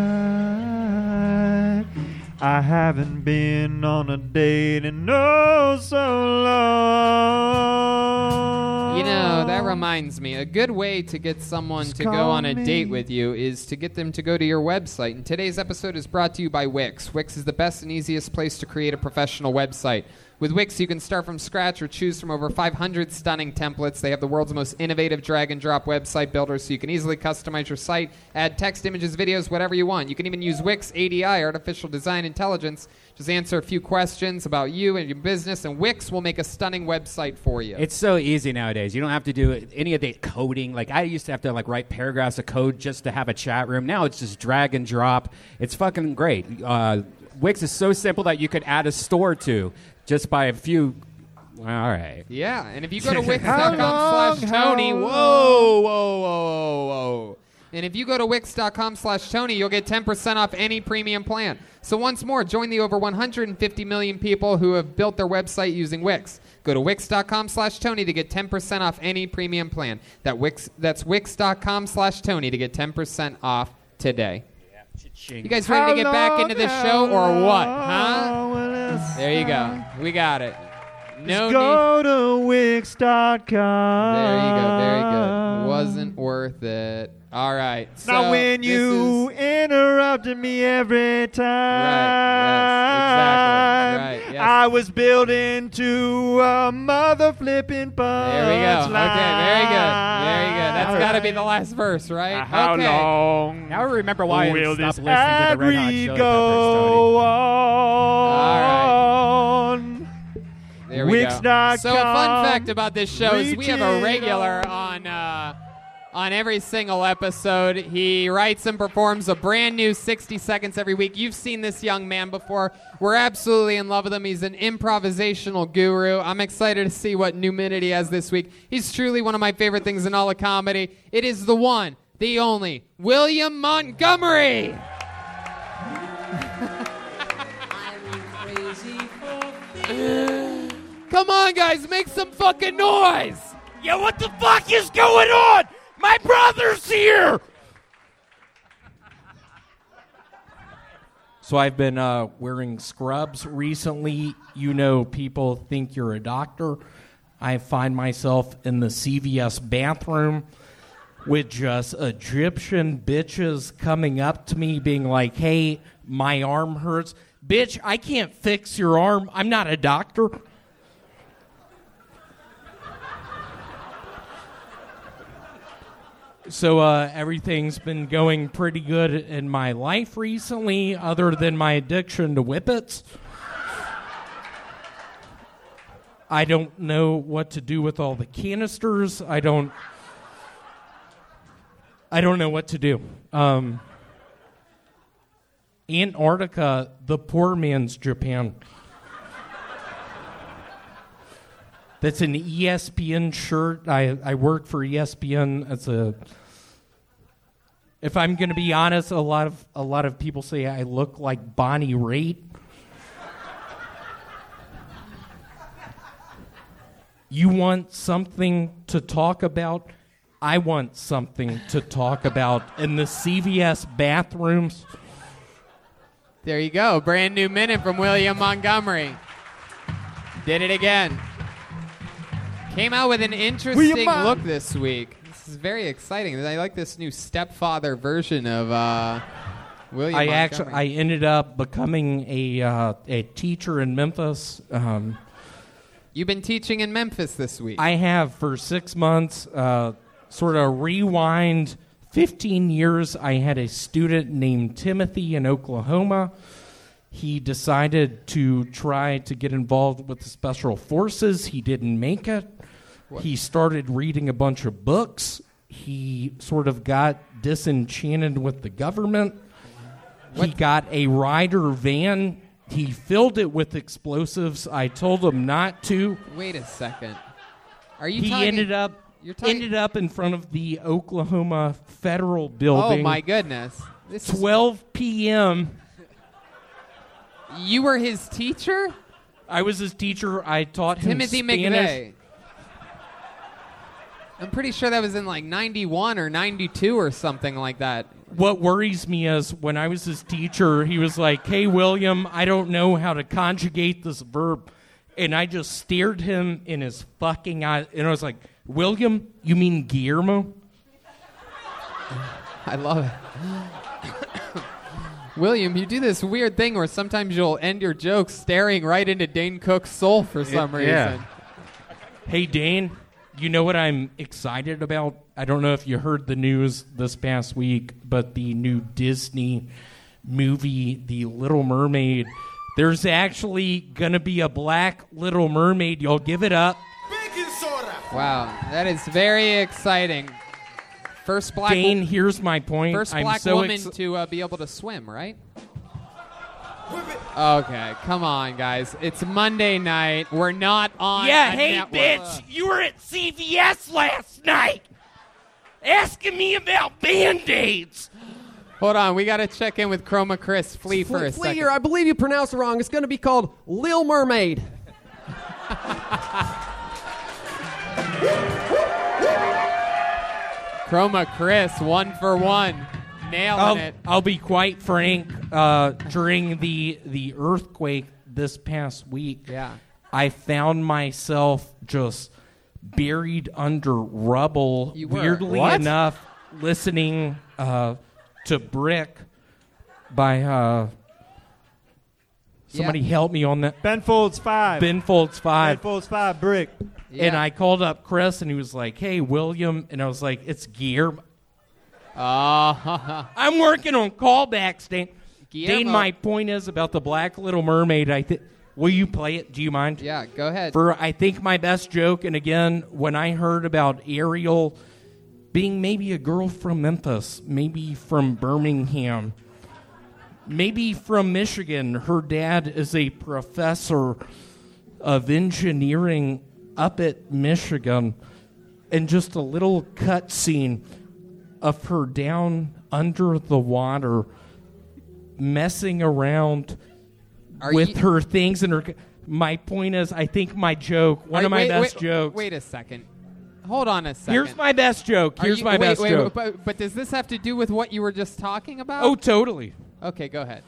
I haven't been on a date in oh so long. You know, that reminds me. A good way to get someone to go call on a me. date with you is to get them to go to your website. And today's episode is brought to you by Wix. Wix is the best and easiest place to create a professional website. With Wix, you can start from scratch or choose from over 500 stunning templates. They have the world's most innovative drag and drop website builder, so you can easily customize your site, add text, images, videos, whatever you want. You can even use Wix ADI, artificial design intelligence. Just answer a few questions about you and your business, and Wix will make a stunning website for you. It's so easy nowadays. You don't have to do any of the coding. Like I used to have to like write paragraphs of code just to have a chat room. Now it's just drag and drop. It's fucking great. Uh, Wix is so simple that you could add a store to just by a few. All right. Yeah, and if you go <laughs> How to wix.com slash long? How Tony, whoa, long? whoa, whoa, whoa, whoa. And if you go to wix.com slash Tony, you'll get 10% off any premium plan. So once more, join the over 150 million people who have built their website using Wix. Go to wix.com slash Tony to get 10% off any premium plan. That Wix, that's wix.com slash Tony to get 10% off today. You guys ready to get back into the show or what, huh? There you go. We got it. No Just go need to Wix.com. There you go. Very good. Wasn't worth it. All right. So Not when this you interrupted me every time. Right, yes. I was built into a mother flipping punch. There we go. Okay, very good. Very good. That's got to be the last verse, right? Ah. Uh, how okay. long Now I remember why I will stopped listening to this the Red Hot Chili ad Peppers. go on? There we go. Wix.com. So a fun fact about this show is we have a Reaching regular on uh, on every single episode. He writes and performs a brand new 60 seconds every week. You've seen this young man before. We're absolutely in love with him. He's an improvisational guru. I'm excited to see what new minute he has this week. He's truly one of my favorite things in all of comedy. It is the one, the only, William Montgomery. Come on, guys, make some fucking noise! Yeah, what the fuck is going on? My brother's here! So I've been uh, wearing scrubs recently. You know, people think you're a doctor. I find myself in the CVS bathroom with just Egyptian bitches coming up to me, being like, hey, my arm hurts. Bitch, I can't fix your arm. I'm not a doctor. So uh, everything's been going pretty good in my life recently, other than my addiction to whippets. I don't know what to do with all the canisters. I don't. I don't know what to do. Um, Antarctica, the poor man's Japan. That's an E ESPN shirt. I, I work for E ESPN. That's a. If I'm going to be honest, a lot of a lot of people say I look like Bonnie Raitt. you want something to talk about? I want something to talk about in the CVS bathrooms. There you go. Brand new minute from William Montgomery. Did it again. Came out with an interesting Mon- look this week. This is very exciting. I like this new stepfather version of uh, William I Montgomery. actually I ended up becoming a uh, a teacher in Memphis. Um, You've been teaching in Memphis this week. I have for six months, uh, sort of rewind 15 years. I had a student named Timothy in Oklahoma. He decided to try to get involved with the special forces. He didn't make it. What? He started reading a bunch of books. He sort of got disenchanted with the government. He got a rider van. He filled it with explosives. I told him not to Wait a second. Are you he talking- ended up You're talking. ended up in front of the Oklahoma Federal Building. Oh my goodness. This is- 12 p.m. You were his teacher? I was his teacher. I taught him Timothy Spanish. McVeigh. I'm pretty sure that was in like 91 or 92 or something like that. What worries me is when I was his teacher, he was like, "Hey William, I don't know how to conjugate this verb," and I just stared him in his fucking eyes, and I was like, William, you mean Guillermo? I love it. William, you do this weird thing where sometimes you'll end your joke staring right into Dane Cook's soul for some reason. Yeah. Hey, Dane, you know what I'm excited about? I don't know if you heard the news this past week, but the new Disney movie, The Little Mermaid, there's actually going to be a black Little Mermaid. Y'all give it up. Wow, that is very exciting. First black Dane, here's my point. First I'm black so woman ex- to uh, be able to swim, right? Okay, come on, guys. It's Monday night. We're not on. Yeah, a hey, network. bitch, you were at CVS last night asking me about band aids. Hold on, we gotta check in with Chroma Chris Flea for a second. Fleer, I believe you pronounced it wrong. It's going to be called Lil Mermaid. Chroma Chris, one for one, nailing I'll, it. I'll be quite frank. Uh, during the the earthquake this past week, Yeah. I found myself just buried under rubble. You were. Weirdly What? enough, listening uh, to "Brick" by uh, somebody Yeah. help me on that. Ben Folds five. Ben Folds five. Ben Folds five. Brick. And I called up Chris, and he was like, "Hey, William," and I was like, "It's Guillermo." Uh, <laughs> I'm working on callbacks, Dane. Dane, Guillermo. my point is about the Black Little Mermaid. I think. Will you play it? Do you mind? Yeah, go ahead. For I think my best joke, and again, when I heard about Ariel being maybe a girl from Memphis, maybe from Birmingham, maybe from Michigan, her dad is a professor of engineering up at Michigan, and just a little cut scene of her down under the water messing around Are with you- her things and her my point is i think my joke one Wait, of my wait, best wait, jokes Wait a second. Hold on a second. here's my best joke Are here's you- my wait, best wait, joke But, but does this have to do with what you were just talking about? oh totally Okay, go ahead.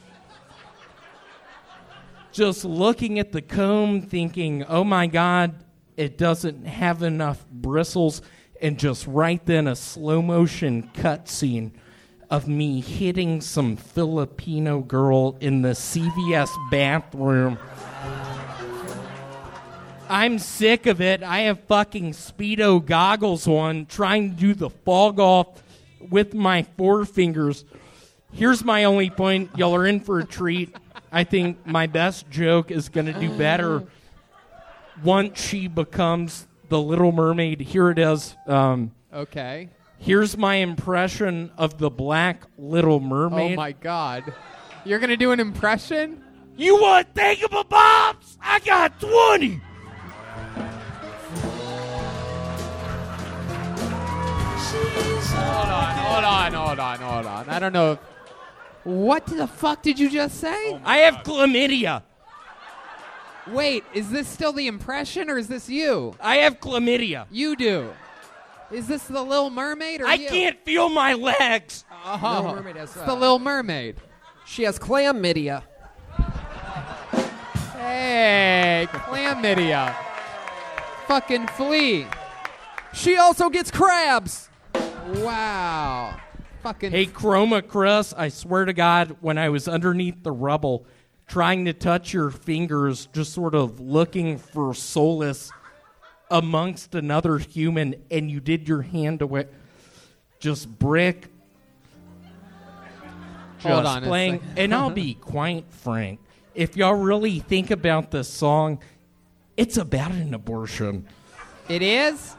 just looking at the comb thinking oh my god it doesn't have enough bristles and just right then a slow motion cutscene of me hitting some filipino girl in the cvs bathroom I'm sick of it. I have fucking Speedo goggles on, trying to do the fog off with my forefingers. Here's my only point. Y'all are in for a treat. I think my best joke is going to do better once she becomes the Little Mermaid. Here it is. Um, Okay. Here's my impression of the black Little Mermaid. Oh my god. You're gonna do an impression? You want thinkable bobs? I got 20. Hold on, hold on, hold on, hold on. I don't know. If, what the fuck did you just say? Oh I have chlamydia. Wait, is this still the impression or is this you? I have chlamydia. You do. Is this the Little Mermaid or I you? can't feel my legs. Oh, Little Mermaid has, it's the uh, Little Mermaid. She has chlamydia. Hey, chlamydia. Fucking flea. She also gets crabs. Wow. Fucking. Hey, Chroma Chris, I swear to God, when I was underneath the rubble, trying to touch your fingers, just sort of looking for solace amongst another human, and you did your hand away. Just brick. Just Hold on a playing. second. And <laughs> I'll be quite frank. If y'all really think about this song, it's about an abortion. It is?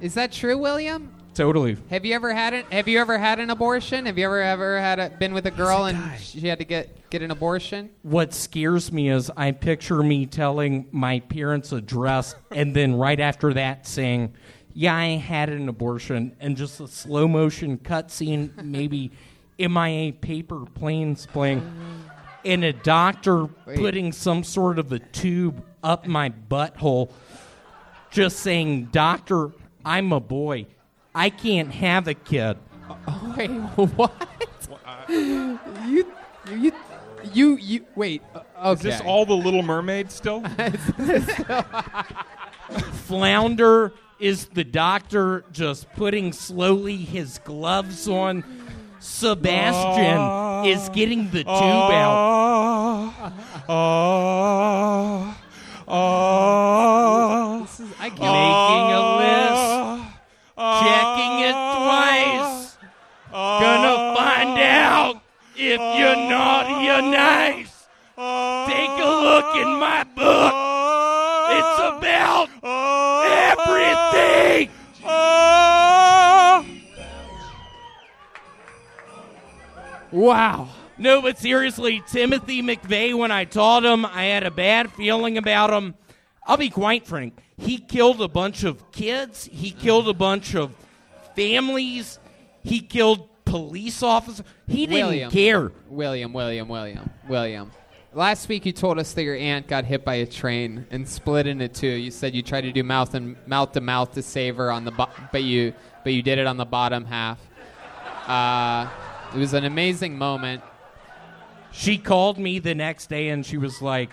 Is that true, William? Totally. Have you ever had an Have you ever had an abortion? Have you ever ever had a, been with a girl and she had to get get an abortion? what scares me is I picture me telling my parents' address and then right after that saying, Yeah, I had an abortion, and just a slow motion cutscene, maybe <laughs> MIA paper planes playing, and a doctor putting some sort of a tube up my butthole, just saying, Doctor, I'm a boy. I can't have a kid. <laughs> Wait, what? you, you, you, you. Wait. Uh, okay. Is this <laughs> all the Little Mermaid still? Flounder is the doctor just putting slowly his gloves on. Sebastian is getting the tube out. Oh, I can't. Making a list, checking it twice. Gonna find out if you're naughty or nice. Take a look in my book. It's about everything. Wow. No, but seriously, Timothy McVeigh, when I taught him, I had a bad feeling about him. I'll be quite frank. He killed a bunch of kids, he killed a bunch of families, he killed police officers. He didn't William. care. William, William, William, William. Last week you told us that your aunt got hit by a train and split into two. You said you tried to do mouth and mouth to mouth to save her on the, bo- but you but you did it on the bottom half. Uh, it was an amazing moment. She called me the next day and she was like,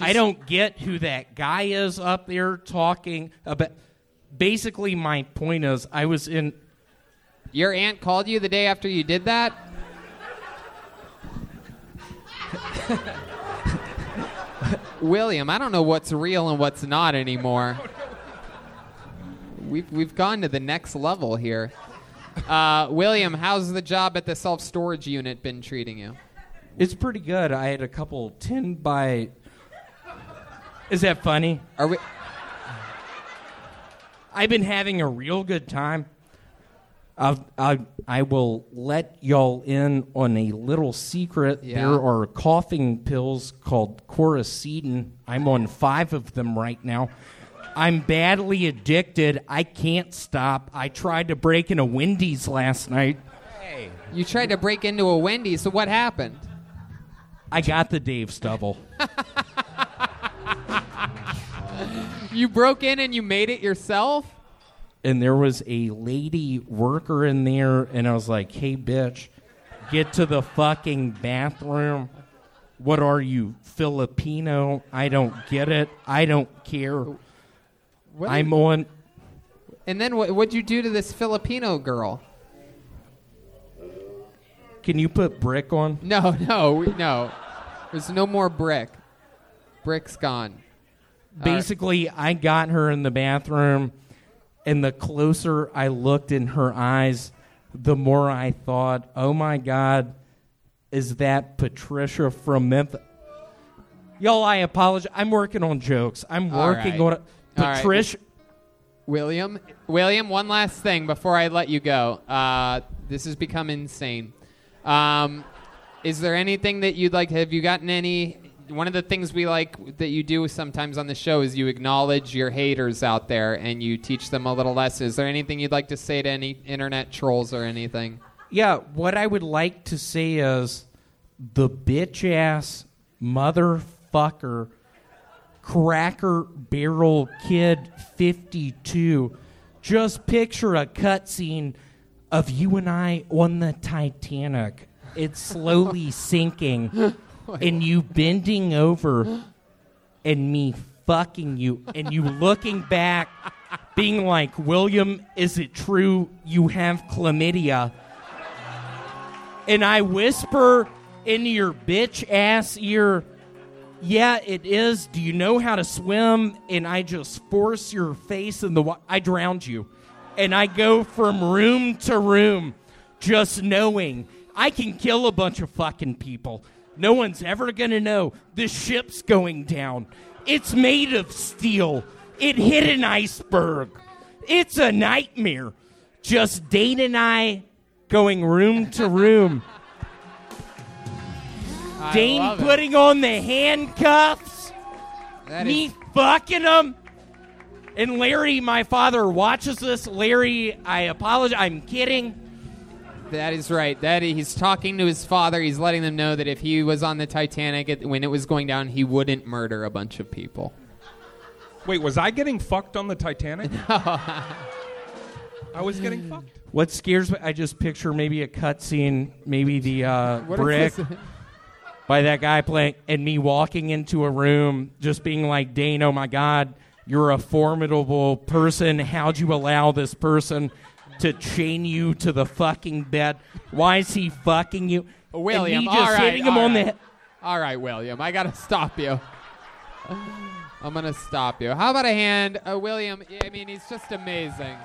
I don't get who that guy is up there talking about. Basically, my point is, I was in. Your aunt called you the day after you did that. William, I don't know what's real and what's not anymore. We've, we've gone to the next level here. Uh, William, how's the job at the self storage unit been treating you? It's pretty good. I had a couple 10 by. Is that funny? Are we. I've been having a real good time. I've, I, I will let y'all in on a little secret. Yeah. There are coughing pills called Coracetin. I'm on five of them right now. I'm badly addicted. I can't stop. I tried to break into Wendy's last night. You tried to break into a Wendy's, so what happened? I got the Dave Stubble. You broke in and you made it yourself? and there was a lady worker in there, and I was like, "Hey, bitch, get to the fucking bathroom." What are you, Filipino? I don't get it. I don't care. What I'm on. And then what, what'd you do to this Filipino girl? Can you put brick on? No, <laughs> no, we- no. There's no more brick. Brick's gone. All right. Basically, I got her in the bathroom, and the closer I looked in her eyes, the more I thought, oh my God, is that Patricia from Memphis? Y'all, I apologize. I'm working on jokes. I'm All working right. on it. All right. Patricia. William, William, one last thing before I let you go. Uh, this has become insane. Um, is there anything that you'd like? Have you gotten any? One of the things we like that you do sometimes on the show is you acknowledge your haters out there and you teach them a little lesson. Is there anything you'd like to say to any internet trolls or anything? Yeah, what I would like to say is the bitch ass motherfucker cracker barrel kid 52. Just picture a cutscene of you and I on the Titanic. It's slowly sinking, and you bending over, and me fucking you, and you looking back, being like, William, is it true you have chlamydia? and I whisper into your bitch ass ear, yeah, it is. Do you know how to swim? And I just force your face in the water. I drowned you. And I go from room to room just knowing I can kill a bunch of fucking people. No one's ever going to know. The ship's going down. It's made of steel. It hit an iceberg. It's a nightmare. Just Dane and I going <laughs> room to room. I Dane love it. putting on the handcuffs, That me is- fucking him. And Larry, my father, watches this. Larry, I apologize. I'm kidding. That is right. That he's talking to his father. He's letting them know that if he was on the Titanic it, when it was going down, he wouldn't murder a bunch of people. <laughs> Wait, was I getting fucked on the <laughs> Titanic? I was getting fucked. What scares me? I just picture maybe a cutscene, maybe the uh, <laughs> What if brick <laughs> this- by that guy playing, and me walking into a room, just being like, "Dane, oh my god, You're a formidable person. How'd you allow this person to chain you to the fucking bed? Why is he fucking you? Uh, Oh, William, and me just all right, hitting him all on the right. All right, William, I gotta stop you. I'm gonna stop you. How about a hand, uh, William? yeah, I mean, he's just amazing.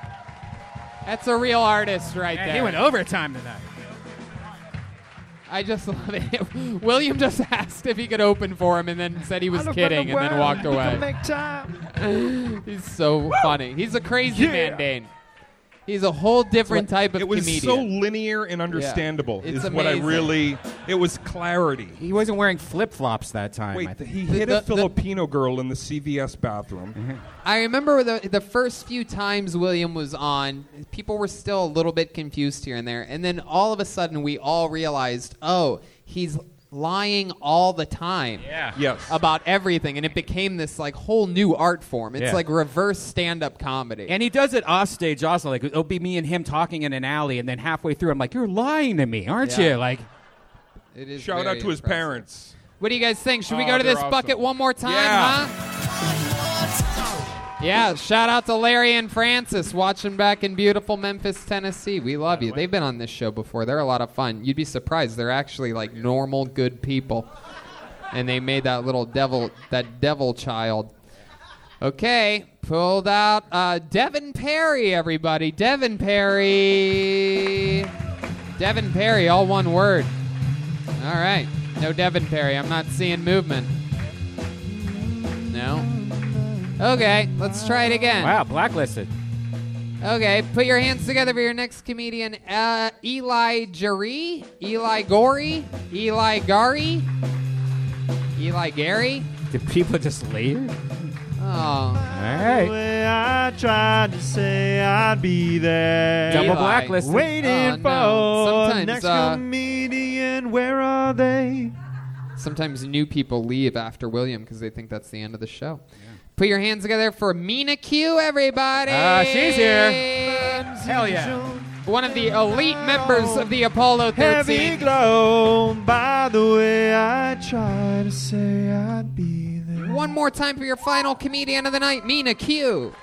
That's a real artist right Man, there. he went overtime tonight. I just <laughs> love it. William just asked if he could open for him, and then said he was Out of kidding, the and world, then walked we can away. make time. <laughs> He's so funny. He's a crazy Yeah. man, Dane. He's a whole different type of It was comedian. so linear and understandable. Yeah. Is It's what I amazing. really. It was clarity. He wasn't wearing flip flops that time. Wait, I think. he hit a Filipino girl in the CVS Mm-hmm. bathroom. I remember the the first few times William was on, people were still a little bit confused here and there, and then all of a sudden we all realized, oh, he's lying all the time. Yeah. Yes. About everything, and it became this like whole new art form. It's Yeah. like reverse stand up comedy. And he does it off stage also. Like it'll be me and him talking in an alley, and then halfway through, I'm like, "You're lying to me, aren't Yeah. you?" Like, It is Shout out very to his impressive. parents. What do you guys think? Should we Oh, go to they're this awesome. bucket one more time, Yeah. huh? Yeah, shout out to Larry and Francis watching back in beautiful Memphis, Tennessee. We love you. They've been on this show before. They're a lot of fun. You'd be surprised. They're actually like normal good people. And they made that little devil that devil child. Okay, pulled out uh, Devin Perry, everybody. Devin Perry. Devin Perry, all one word. All right. No Devin Perry. I'm not seeing movement. No. Okay, let's try it again. wow, blacklisted. Okay, put your hands together for your next comedian, uh, Eli Jerry, Eli Gory, Eli Gary, Eli Gary. Did people just leave? Oh, Hey. Way I tried to say I'd be there. Double Eli. blacklisted. Waiting Oh, no. for Uh, Sometimes, next uh, comedian. Where are they? sometimes new people leave after William because they think that's the end of the show. Put your hands together for Mina Q, everybody. Ah, she's here. Hell yeah. One of the elite members of the Apollo Heavy 13. glow. By the way, I tried to say I'd be there. One more time for your final comedian of the night, Mina Q.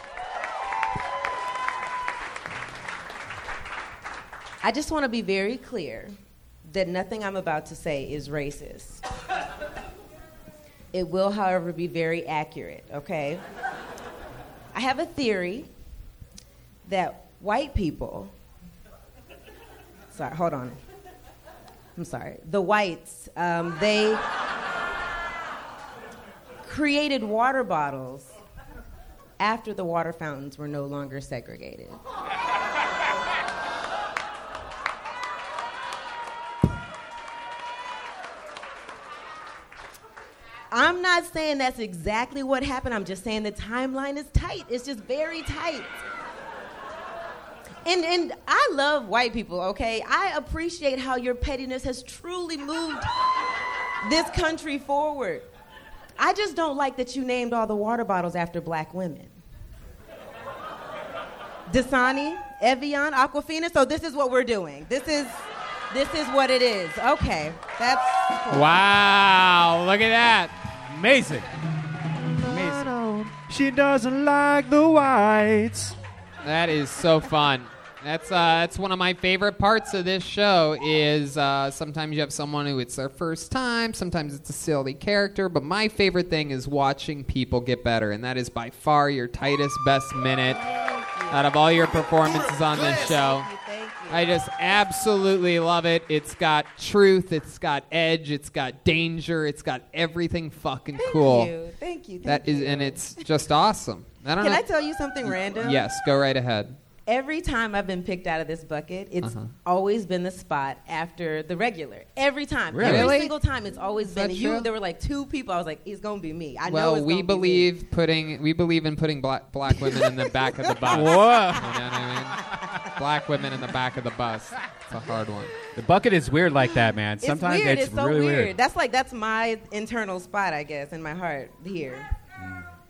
I just want to be very clear that nothing I'm about to say is racist. it will, however, be very accurate, okay? I have a theory that white people, sorry, hold on. I'm sorry. The whites, um, they created water bottles after the water fountains were no longer segregated. I'm not saying that's exactly what happened. I'm just saying the timeline is tight. It's just very tight. And and I love white people, okay? I appreciate how your pettiness has truly moved this country forward. I just don't like that you named all the water bottles after black women. Dasani, Evian, Aquafina. So this is what we're doing. This is this is what it is. Okay. That's cool. Wow, look at that. Amazing. Amazing. She doesn't like the whites. That is so fun. That's uh, that's one of my favorite parts of this show. Is uh, sometimes you have someone who it's their first time. Sometimes it's a silly character. But my favorite thing is watching people get better, and that is by far your tightest best minute out of all your performances on this show. I just absolutely love it. It's got truth. It's got edge. It's got danger. It's got everything fucking cool. you, thank you, That thank is, and it's just awesome. I don't Can know. I tell you something random? Yes, go right ahead. Every time I've been picked out of this bucket, it's Uh-huh. always been the spot after the regular. Every time. Really? Every single time, it's always Is been that you. true? There were like two people. I was like, it's going to be me. I know well, it's we gonna be me. believe putting we believe in putting black black women in the back of the bus. Whoa. You know what I mean? Black women in the back of the bus. It's a hard one. The bucket is weird like that, man. It's Sometimes weird. it's, It's, so really weird. <laughs> That's like, that's my internal spot, I guess, in my heart here.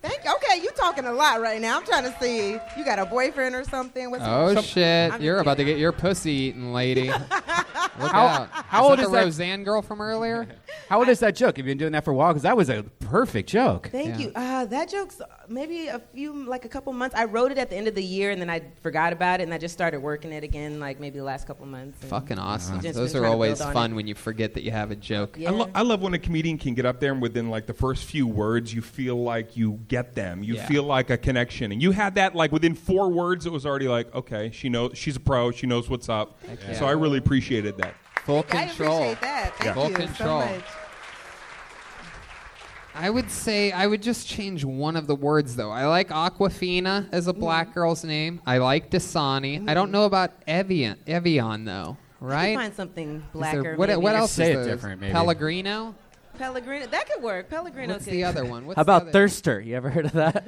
Thank Okay, you talking a lot right now. I'm trying to see. You got a boyfriend or something? What's Oh Some- shit! I'm You're about to get your pussy eaten, lady. <laughs> Look How- out! how old that is the that- Roseanne girl from earlier? How old is that joke? You've been doing that for a while because that was a perfect joke. Thank you. Uh, that joke's maybe a few, like a couple months. I wrote it at the end of the year, and then I forgot about it, and I just started working it again, like maybe the last couple months. and Fucking awesome. just Those been are trying to always build on fun it. when you <laughs> forget that you have a joke. I, lo- I love when a comedian can get up there and within like the first few words, you feel like you get them. You Yeah. feel like a connection, and you had that like within four words. It was already like, okay, she knows she's a pro. She knows what's up. yeah. So I really appreciated that. Full I appreciate that. Thank Full you control. so much. I would say I would just change one of the words though. I like Aquafina as a Mm. black girl's name. I like Dasani. I don't know about Evian. Evian though, I right? could find something Is there- blacker. what maybe. what else is there? Pellegrino. Pellegrino. That could work. Pellegrino. What's could- <laughs> the other one? What's How about the other? Thirster? You ever heard of that?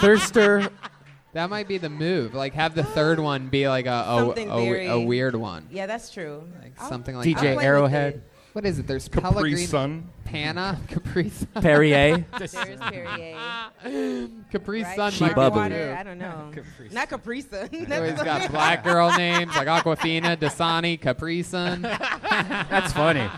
Thirster. <laughs> That might be the move. Like have the third one be like a a, Something a- a very- weird one. Yeah, that's true. Something like DJ that. Arrowhead. What is it? There's Capri Pellegrino. Sun. Pana. <laughs> Capri Sun. Perrier. <laughs> There's Perrier. Capri Right? Sun. She might be bubbled. too. Water, I don't <laughs> know. Not Capri <laughs> Sun. <laughs> Everybody's got black girl names like Aquafina, Dasani, Capri <laughs> Sun. That's funny.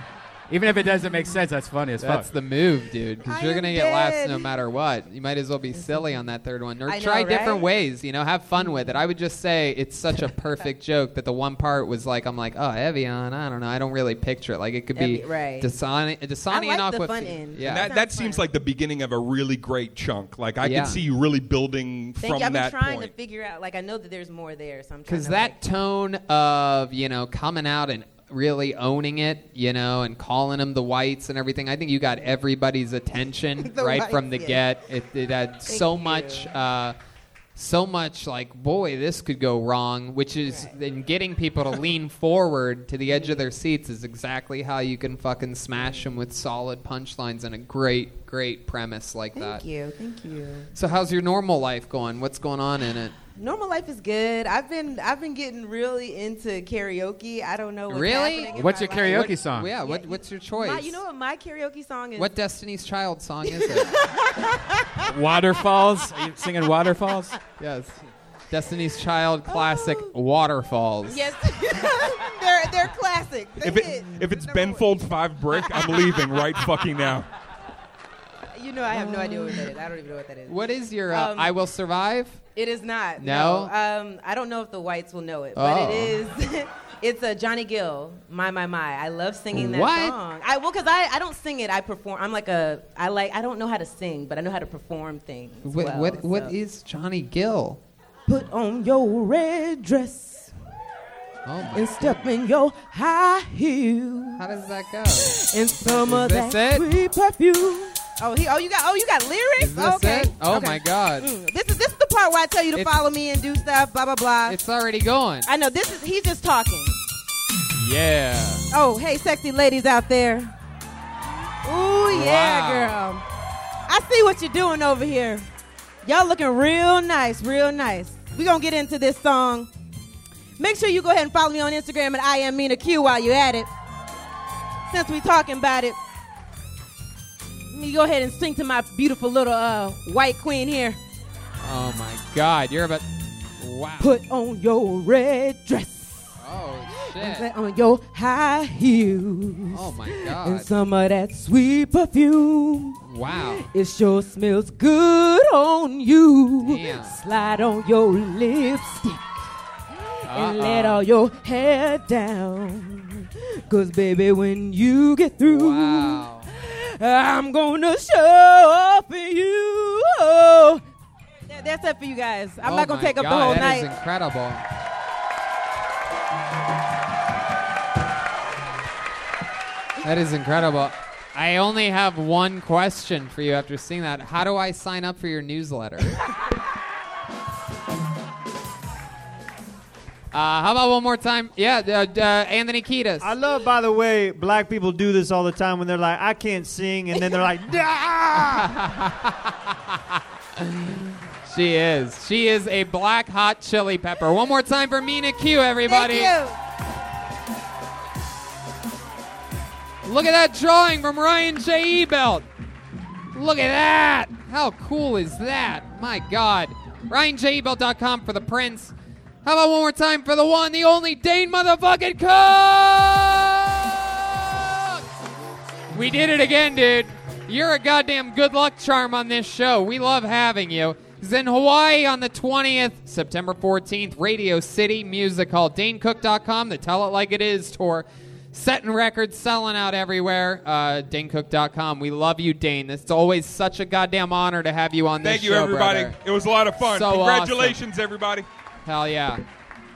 Even if it doesn't make sense, that's funny as That's fuck. the move, dude. Because I you're am gonna get laughs dead. no matter what. You might as well be silly on that third one, or I know, try different right? ways. You know, have fun with it. I would just say it's <laughs> such a perfect joke that the one part was like, I'm like, oh, Evian. I don't know. I don't really picture it. Like it could be Evi- right. Dasani, Dasani I like and the Aquafina. fun end. Yeah. That, that seems like the beginning of a really great chunk. Like I Yeah. can see you really building Thank from you. I've been that trying point. to figure out. Like I know that there's more there, so I'm trying Because to. that tone of, you know, coming out and really owning it, you know, and calling them the whites and everything, I think you got everybody's attention <laughs> The right from the whites, yeah. get. It, it had so Thank much. Uh, so much like, boy, this could go wrong, which is then getting <laughs> people to lean forward to the edge of their seats is exactly how you can fucking smash them with solid punchlines and a great, great premise like that. Thank you. Thank you. So, how's your normal life going? What's going on in it? Normal life is good. I've been I've been getting really into karaoke. I don't know what's Really? happening in What's my your karaoke life. song? Yeah, what- what's your choice? My- you know what my karaoke song is? What Destiny's Child song is it? <laughs> Waterfalls. Are you singing Waterfalls? yes. Destiny's Child classic Oh. Waterfalls. Yes, <laughs> they're they're classic. They if it, if it's Ben Folds five brick, <laughs> I'm leaving right fucking now. you know, I have no idea what that is. I don't even know what that is. What is your uh, Um, I Will Survive? It is not. No? Um, I don't know if the whites will know it, but Oh. it is. <laughs> it's a Johnny Gill, My My My. I love singing that What? song. I well, cause I, I don't sing it. I perform. I'm like a I like I don't know how to sing, but I know how to perform things. What, well, what, so. what is Johnny Gill? Put on your red dress Oh my and step in your high heels. How does that go? And some of Is this that it? sweet perfume. Oh, he. Oh, you got. Oh, you got lyrics. Is this okay. it? Oh Okay. my God. Mm, This is this is the part where I tell you to It's- follow me and do stuff. Blah blah blah. It's already going. I know. This is. He's just talking. Yeah. Oh, hey, sexy ladies out there. Ooh, yeah, Wow. girl. I see what you're doing over here. Y'all looking real nice, real nice. We're going to get into this song. Make sure you go ahead and follow me on Instagram at I am Mina Q while you're at it. Since we talking about it, let me go ahead and sing to my beautiful little uh, white queen here. Oh my God. You're about. Wow. Put on your red dress. Oh and shit. Put on your high heels. Oh my And God. some of that sweet perfume. Wow. It sure smells good on you. Damn. Slide on your lipstick uh-uh. and let all your hair down. Cause baby, when you get through, I'm gonna show up Oh, for you. That's it for you guys. I'm Oh not gonna my take up the God, whole that night. is incredible. That is incredible. I only have one question for you after seeing that. How do I sign up for <laughs> your newsletter? uh, how about one more time? Yeah, uh, uh, Anthony Kiedis. I love, by the way, black people do this all the time when they're like, I can't sing, and then <laughs> they're like, She is. She is a black hot chili pepper. One more time for Mina Q, everybody. Look at that drawing from Ryan J. Ebelt. Look at that. How cool is that? My God. RyanJEbelt.com for the prince. How about one more time for the one, the only Dane motherfucking Cook? We did it again, dude. You're a goddamn good luck charm on this show. We love having you. He's in Hawaii on the 20th, September 14th, Radio City Music Hall, DaneCook.com, the Tell It Like It Is tour. Setting records, selling out everywhere. Uh, DaneCook.com. We love you, Dane. It's always such a goddamn honor to have you on this Thank you, show, everybody. brother. It was a lot of fun. So Congratulations, everybody. Hell yeah.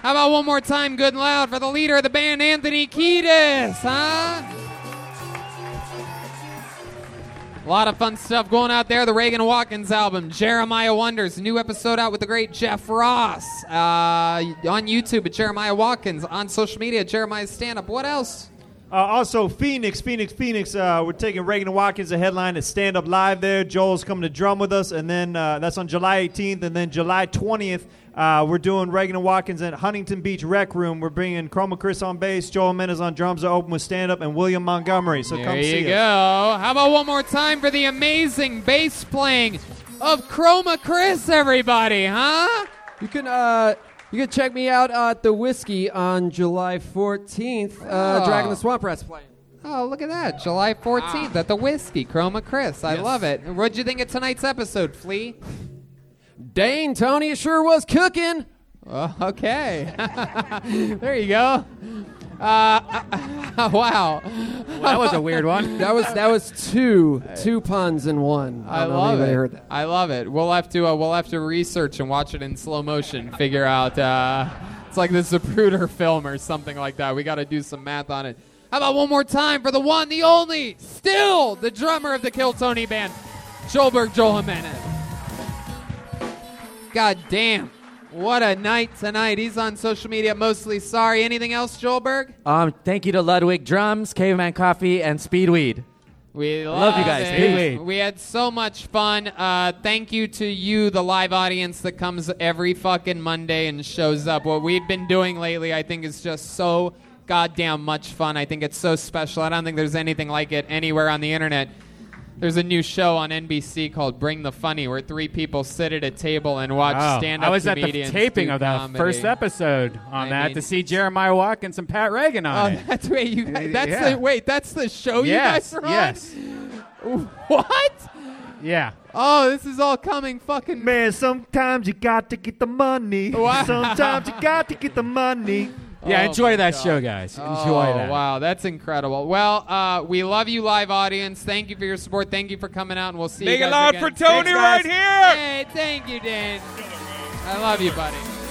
How about one more time, good and loud, for the leader of the band, Anthony Kiedis, huh? A lot of fun stuff going out there. The Reagan Watkins album, Jeremiah Wonders, new episode out with the great Jeff Ross uh, on YouTube at Jeremiah Watkins, on social media at Jeremiah Stand Up. What else? Uh, also, Phoenix, Phoenix, Phoenix. Uh, we're taking Reagan and Watkins a headline at Stand Up Live there. Joel's coming to drum with us, and then uh, that's on July 18th, and then July 20th, uh, we're doing Reagan and Watkins at Huntington Beach Rec Room. We're bringing Chroma Chris on bass, Joel Menez on drums to open with Stand Up, and William Montgomery. So There come you see go. us. How about one more time for the amazing bass playing of Chroma Chris, everybody, huh? You can uh, you can check me out at the whiskey on July 14th. Uh, Oh. Dragon the Swamp Rat's playing. Oh, look at that. July 14th at the Whiskey, Chroma Chris. I Yes. love it. And What'd you think of tonight's episode, Flea? Dane Tony it sure was cooking. Oh, okay. <laughs> there you go. Uh, <laughs> wow. that was a <laughs> weird one. that was that was two two puns in one. I, don't know if love it. anybody heard that. I love it. We'll have to uh, we'll have to research and watch it in slow motion. Figure out. Uh, it's like the Zapruder film or something like that. We got to do some math on it. How about one more time for the one, the only, still the drummer of the Kill Tony band, Joelberg Joel Jimenez. God damn. What a night tonight. He's on social media mostly sorry. Anything else, Joelberg? Um, thank you to Ludwig Drums, Caveman Coffee, and Speedweed. We Love you guys. it. Speedweed. We had so much fun. Uh, thank you to you, the live audience that comes every fucking Monday and shows up. What we've been doing lately, I think, is just so goddamn much fun. I think it's so special. I don't think there's anything like it anywhere on the internet. There's a new show on NBC called Bring the Funny, where three people sit at a table and watch Wow. stand-up I was at the comedians taping do of that comedy. first episode on I that mean- to see Jeremiah Watkins and Pat Reagan on Oh, it. Uh, that's wait, you guys, that's Yeah. the wait, that's the show Yes, you guys are yes. on. <laughs> What? Yeah. Oh, this is all coming fucking. Man, sometimes you got to get the money. Wow. Sometimes you got to get the money. Yeah, Oh enjoy my that God. show, guys. Enjoy oh, that. Wow, that's incredible. Well, uh, we love you, live audience. Thank you for your support. Thank you for coming out, and we'll see Make you it guys loud again. for Tony Thanks, guys. right here. Hey, thank you, Dan. I love you, buddy.